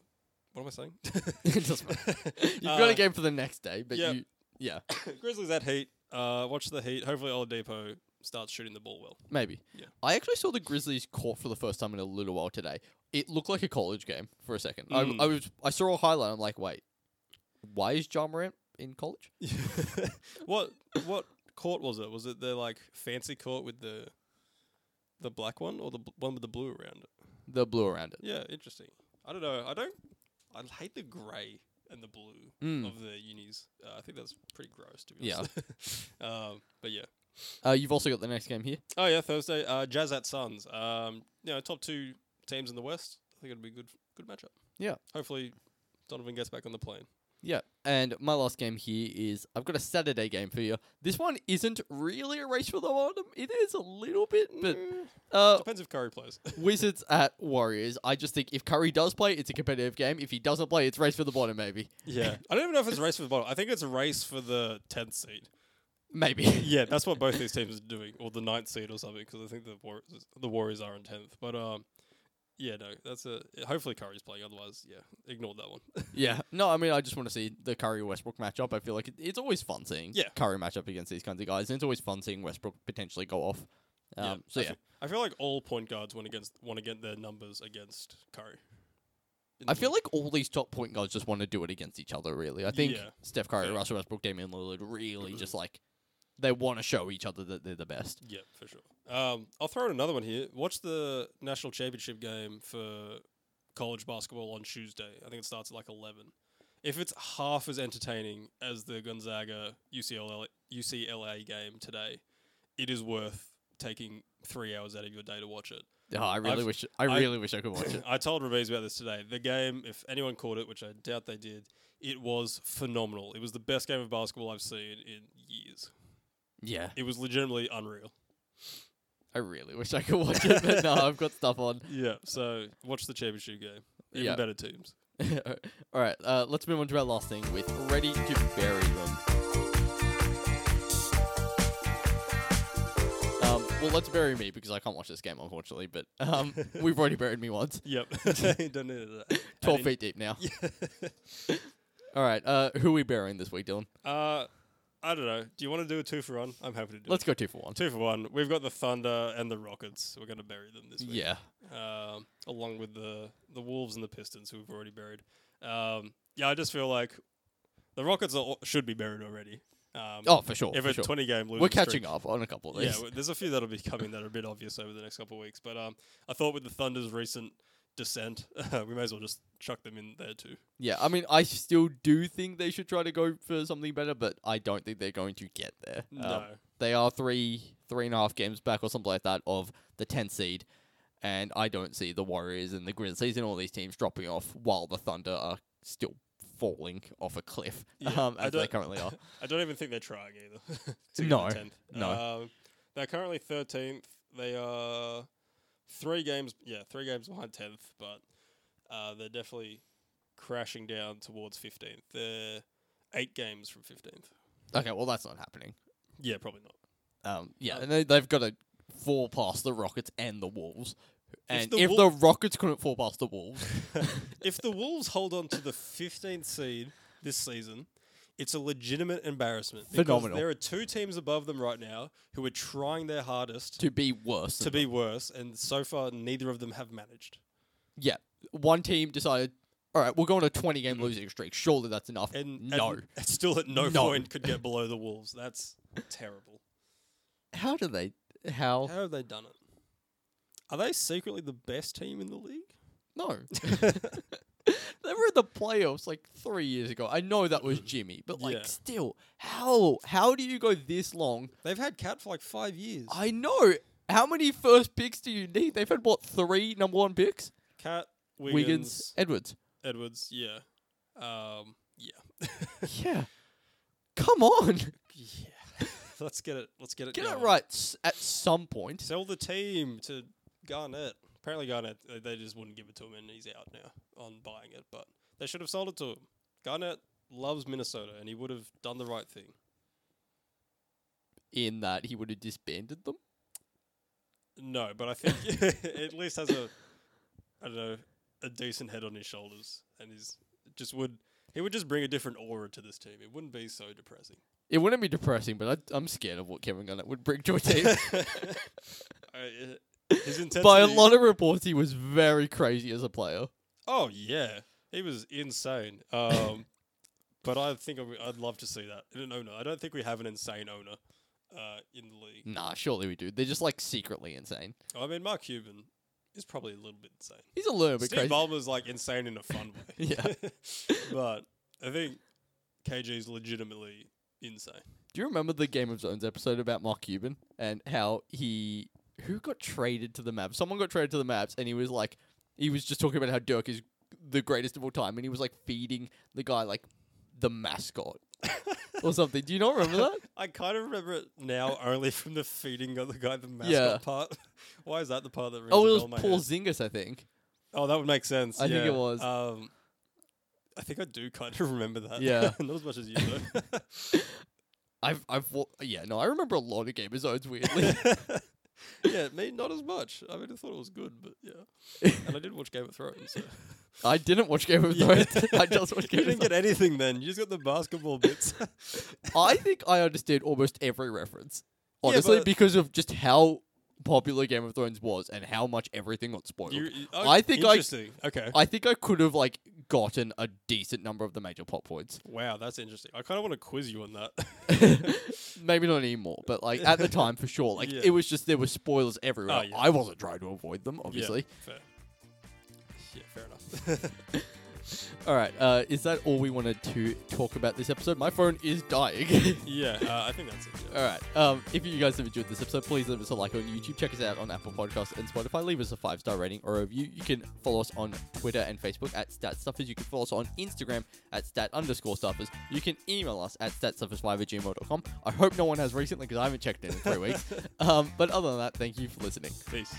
what am I saying?
It doesn't You've got
uh,
a game for the next day, but
yeah.
you. Yeah.
Grizzlies at Heat. Uh, watch the Heat. Hopefully, Oladipo starts shooting the ball well.
Maybe.
Yeah.
I actually saw the Grizzlies court for the first time in a little while today. It looked like a college game for a second.
Mm.
I, I was I saw a highlight. I'm like, wait, why is John Morant in college?
what what court was it? Was it the like fancy court with the the black one or the bl- one with the blue around it?
The blue around it.
Yeah, interesting. I don't know. I don't. I hate the grey and the blue
Mm.
of the unis. Uh, I think that's pretty gross to be
Yeah.
honest. Yeah. um, but yeah.
Uh, you've also got the next game here.
Oh yeah, Thursday. Uh, Jazz at Suns. Um, you know, top two teams in the West. I think it'll be a good good matchup.
Yeah.
Hopefully, Donovan gets back on the plane.
Yeah. And my last game here is I've got a Saturday game for you. This one isn't really a race for the bottom. It is a little bit,
Mm.
but uh,
Depends if Curry plays.
Wizards at Warriors. I just think if Curry does play, it's a competitive game. If he doesn't play, it's race for the bottom. Maybe.
yeah. I don't even know if it's a race for the bottom. I think it's a race for the 10th seed.
Maybe.
Yeah, that's what both these teams are doing, or the 9th seed or something, because I think the, War- the Warriors are in 10th. But um, yeah, no, that's a. Hopefully Curry's playing. Otherwise, yeah, ignore that one.
Yeah. No, I mean, I just want to see the Curry Westbrook matchup. I feel like it, it's always fun seeing
Yeah.
Curry matchup against these kinds of guys, and it's always fun seeing Westbrook potentially go off. Um, so
I
yeah,
fe- I feel like all point guards want against want to get their numbers against Curry. in
I
the
feel
league.
like all these top point guards just want to do it against each other. Really, I think
Yeah.
Steph Curry,
Fair. Mm-hmm.
Russell Westbrook, Damian Lillard, really just like they want to show each other that they're the best.
Yeah, for sure. Um, I'll throw in another one here. Watch the national championship game for college basketball on Tuesday. I think it starts at like eleven. If it's half as entertaining as the Gonzaga UCLA UCLA game today, it is worth taking three hours out of your day to watch it.
Oh, I really
I've-
wish I
I-
really wish I could watch it.
I told Raviz about this today. The game, if anyone caught it, which I doubt they did, it was phenomenal. It was the best game of basketball I've seen in years.
Yeah,
It was legitimately unreal.
I really wish I could watch it, but no, I've got stuff on.
Yeah. So watch the championship game. Even
Yeah.
better teams.
All right, uh, let's move on to our last thing with ready to bury them. Um, well, let's bury me because I can't watch this game, unfortunately. But um, we've already buried me once,
Yep. Don't need it. I
twelve
didn't-
feet deep now.
Yeah.
All right, uh, who are we burying this week, Dylan?
uh, I don't know. Do you want to do a two for one? I'm happy to do
Let's
it.
go two for one.
Two for one. We've got the Thunder and the Rockets. We're going to bury them this week.
Yeah,
um, along with the the Wolves and the Pistons, who we've already buried. Um, yeah, I just feel like the Rockets are, al- should be buried already. Um,
Oh, for sure.
if
for
a
sure.
20 game losing
We're catching
streak-
up on a couple of
Yeah,
these.
w- there's a few that'll be coming that are a bit obvious over the next couple of weeks. But um, I thought with the Thunder's recent descent, we may as well just chuck them in there too.
Yeah, I mean, I still do think they should try to go for something better, but I don't think they're going to get there. Um,
No,
they are three, three and a half games back or something like that of the 10 seed, and I don't see the Warriors and the Grizzlies and all these teams dropping off while the Thunder are still falling off a cliff
Yeah,
um,
I
as they
don't-
currently are.
I don't even think they're trying either. to get
No,
the 10th.
no.
Um, they're currently 13th. They are three games, yeah, three games behind 10th, but uh, they're definitely crashing down towards 15th. They're eight games from 15th.
okay, well, that's not happening.
Yeah, probably not.
Um, yeah,
Uh,
and they, they've got to fall past the Rockets and the Wolves. And
the
if
Wol-
the Rockets couldn't fall past the Wolves,
if the Wolves hold on to the 15th seed this season, it's a legitimate embarrassment. because
Phenomenal.
There are two teams above them right now who are trying their hardest
to be worse.
to
than
be worse, and so far neither of them have managed.
Yeah. One team decided, all right, we'll go on a 20 game losing streak. Surely that's enough.
Mm. and
no.
and still at no,
No.
point could get below the Wolves. That's terrible.
how do they. How?
How have they done it? Are they secretly the best team in the league?
No. they were in the playoffs like three years ago. I know that was Jimmy, but like
Yeah.
still, how? How do you go this long?
They've had Cat for like five years.
I know. How many first picks do you need? They've had, what, three number one picks?
Cat Wiggins,
Wiggins, Edwards.
Edwards, yeah, um, yeah,
yeah. Come on.
yeah. let's get it. Let's get it.
Get it
going.
right s- at some point.
Sell the team to Garnett. Apparently, Garnett they- they just wouldn't give it to him, and he's out now on buying it. But they should have sold it to him. Garnett loves Minnesota, and he would have done the right thing.
In that he would have disbanded them.
No, but I think at least has a I don't know a decent head on his shoulders, and he's just would he would just bring a different aura to this team. It wouldn't be so depressing.
It wouldn't be depressing, but I, I'm scared of what Kevin Garnett would bring to a team.
I- uh, his intensity.
By a lot of reports, he was very crazy as a player.
oh yeah, he was insane. Um, but I think I'd, I'd love to see that in an owner. I don't think we have an insane owner uh, in the league.
Nah, surely we do. They're just like secretly insane.
I mean, Mark Cuban is probably a little bit insane.
He's Mm. a little bit
Steve
crazy.
Ballmer's like insane in a fun way.
Yeah.
but I think KG's legitimately insane.
do you remember the Game of Zones episode about Mark Cuban and how he who got traded to the Mavs? Someone got traded to the Mavs, and he was like, he was just talking about how Dirk is the greatest of all time, and he was like feeding the guy like the mascot or something. Do you not remember that?
I kind of remember it now only from the feeding of the guy the mascot
Yeah.
part. Why is that the part that rings
Oh,
a
it
bell
was
in my
Paul
head?
Zingas, I think.
Oh, that would make sense.
I think it
yeah.
was.
Um, I think I do kind of remember that.
Yeah.
not as much as you do.
I've, I've, wa- yeah, no, I remember a lot of Game of Zones weirdly.
yeah, me not as much. I mean, I thought it was good, but yeah. And I did watch Game of Thrones. So.
I didn't watch Game of
Yeah.
Thrones. I just watched
you
Game of
didn't
Thrones.
get anything then. You just got the basketball bits.
I think I understand almost every reference,
Yeah,
honestly,
but-
because of just how popular Game of Thrones was and how much everything got spoiled.
You- you-
I think I-
interesting. Okay.
I think I could have like gotten a decent number of the major plot points.
Wow, that's interesting. I kind of want to quiz you on that.
Maybe not anymore, but like at the time for sure. Like
Yeah. Oh,
it was just there were spoilers everywhere.
yeah.
I wasn't trying to avoid them,
Yeah,
obviously.
fair. yeah, fair enough.
All right, uh, is that all we wanted to talk about this episode? My phone is dying.
yeah, uh, I think that's it. Yeah.
All right. Um, if you guys have enjoyed this episode, please leave us a like on YouTube. Check us out on Apple Podcasts and Spotify. Leave us a five star rating or review. You can follow us on Twitter and Facebook at StatStuffers. You can follow us on Instagram at stat underscore stuffers. You can email us at statstuffers5 at gmail.com. I hope no one has recently because I haven't checked in in three weeks. Um, but other than that, thank you for listening.
Peace.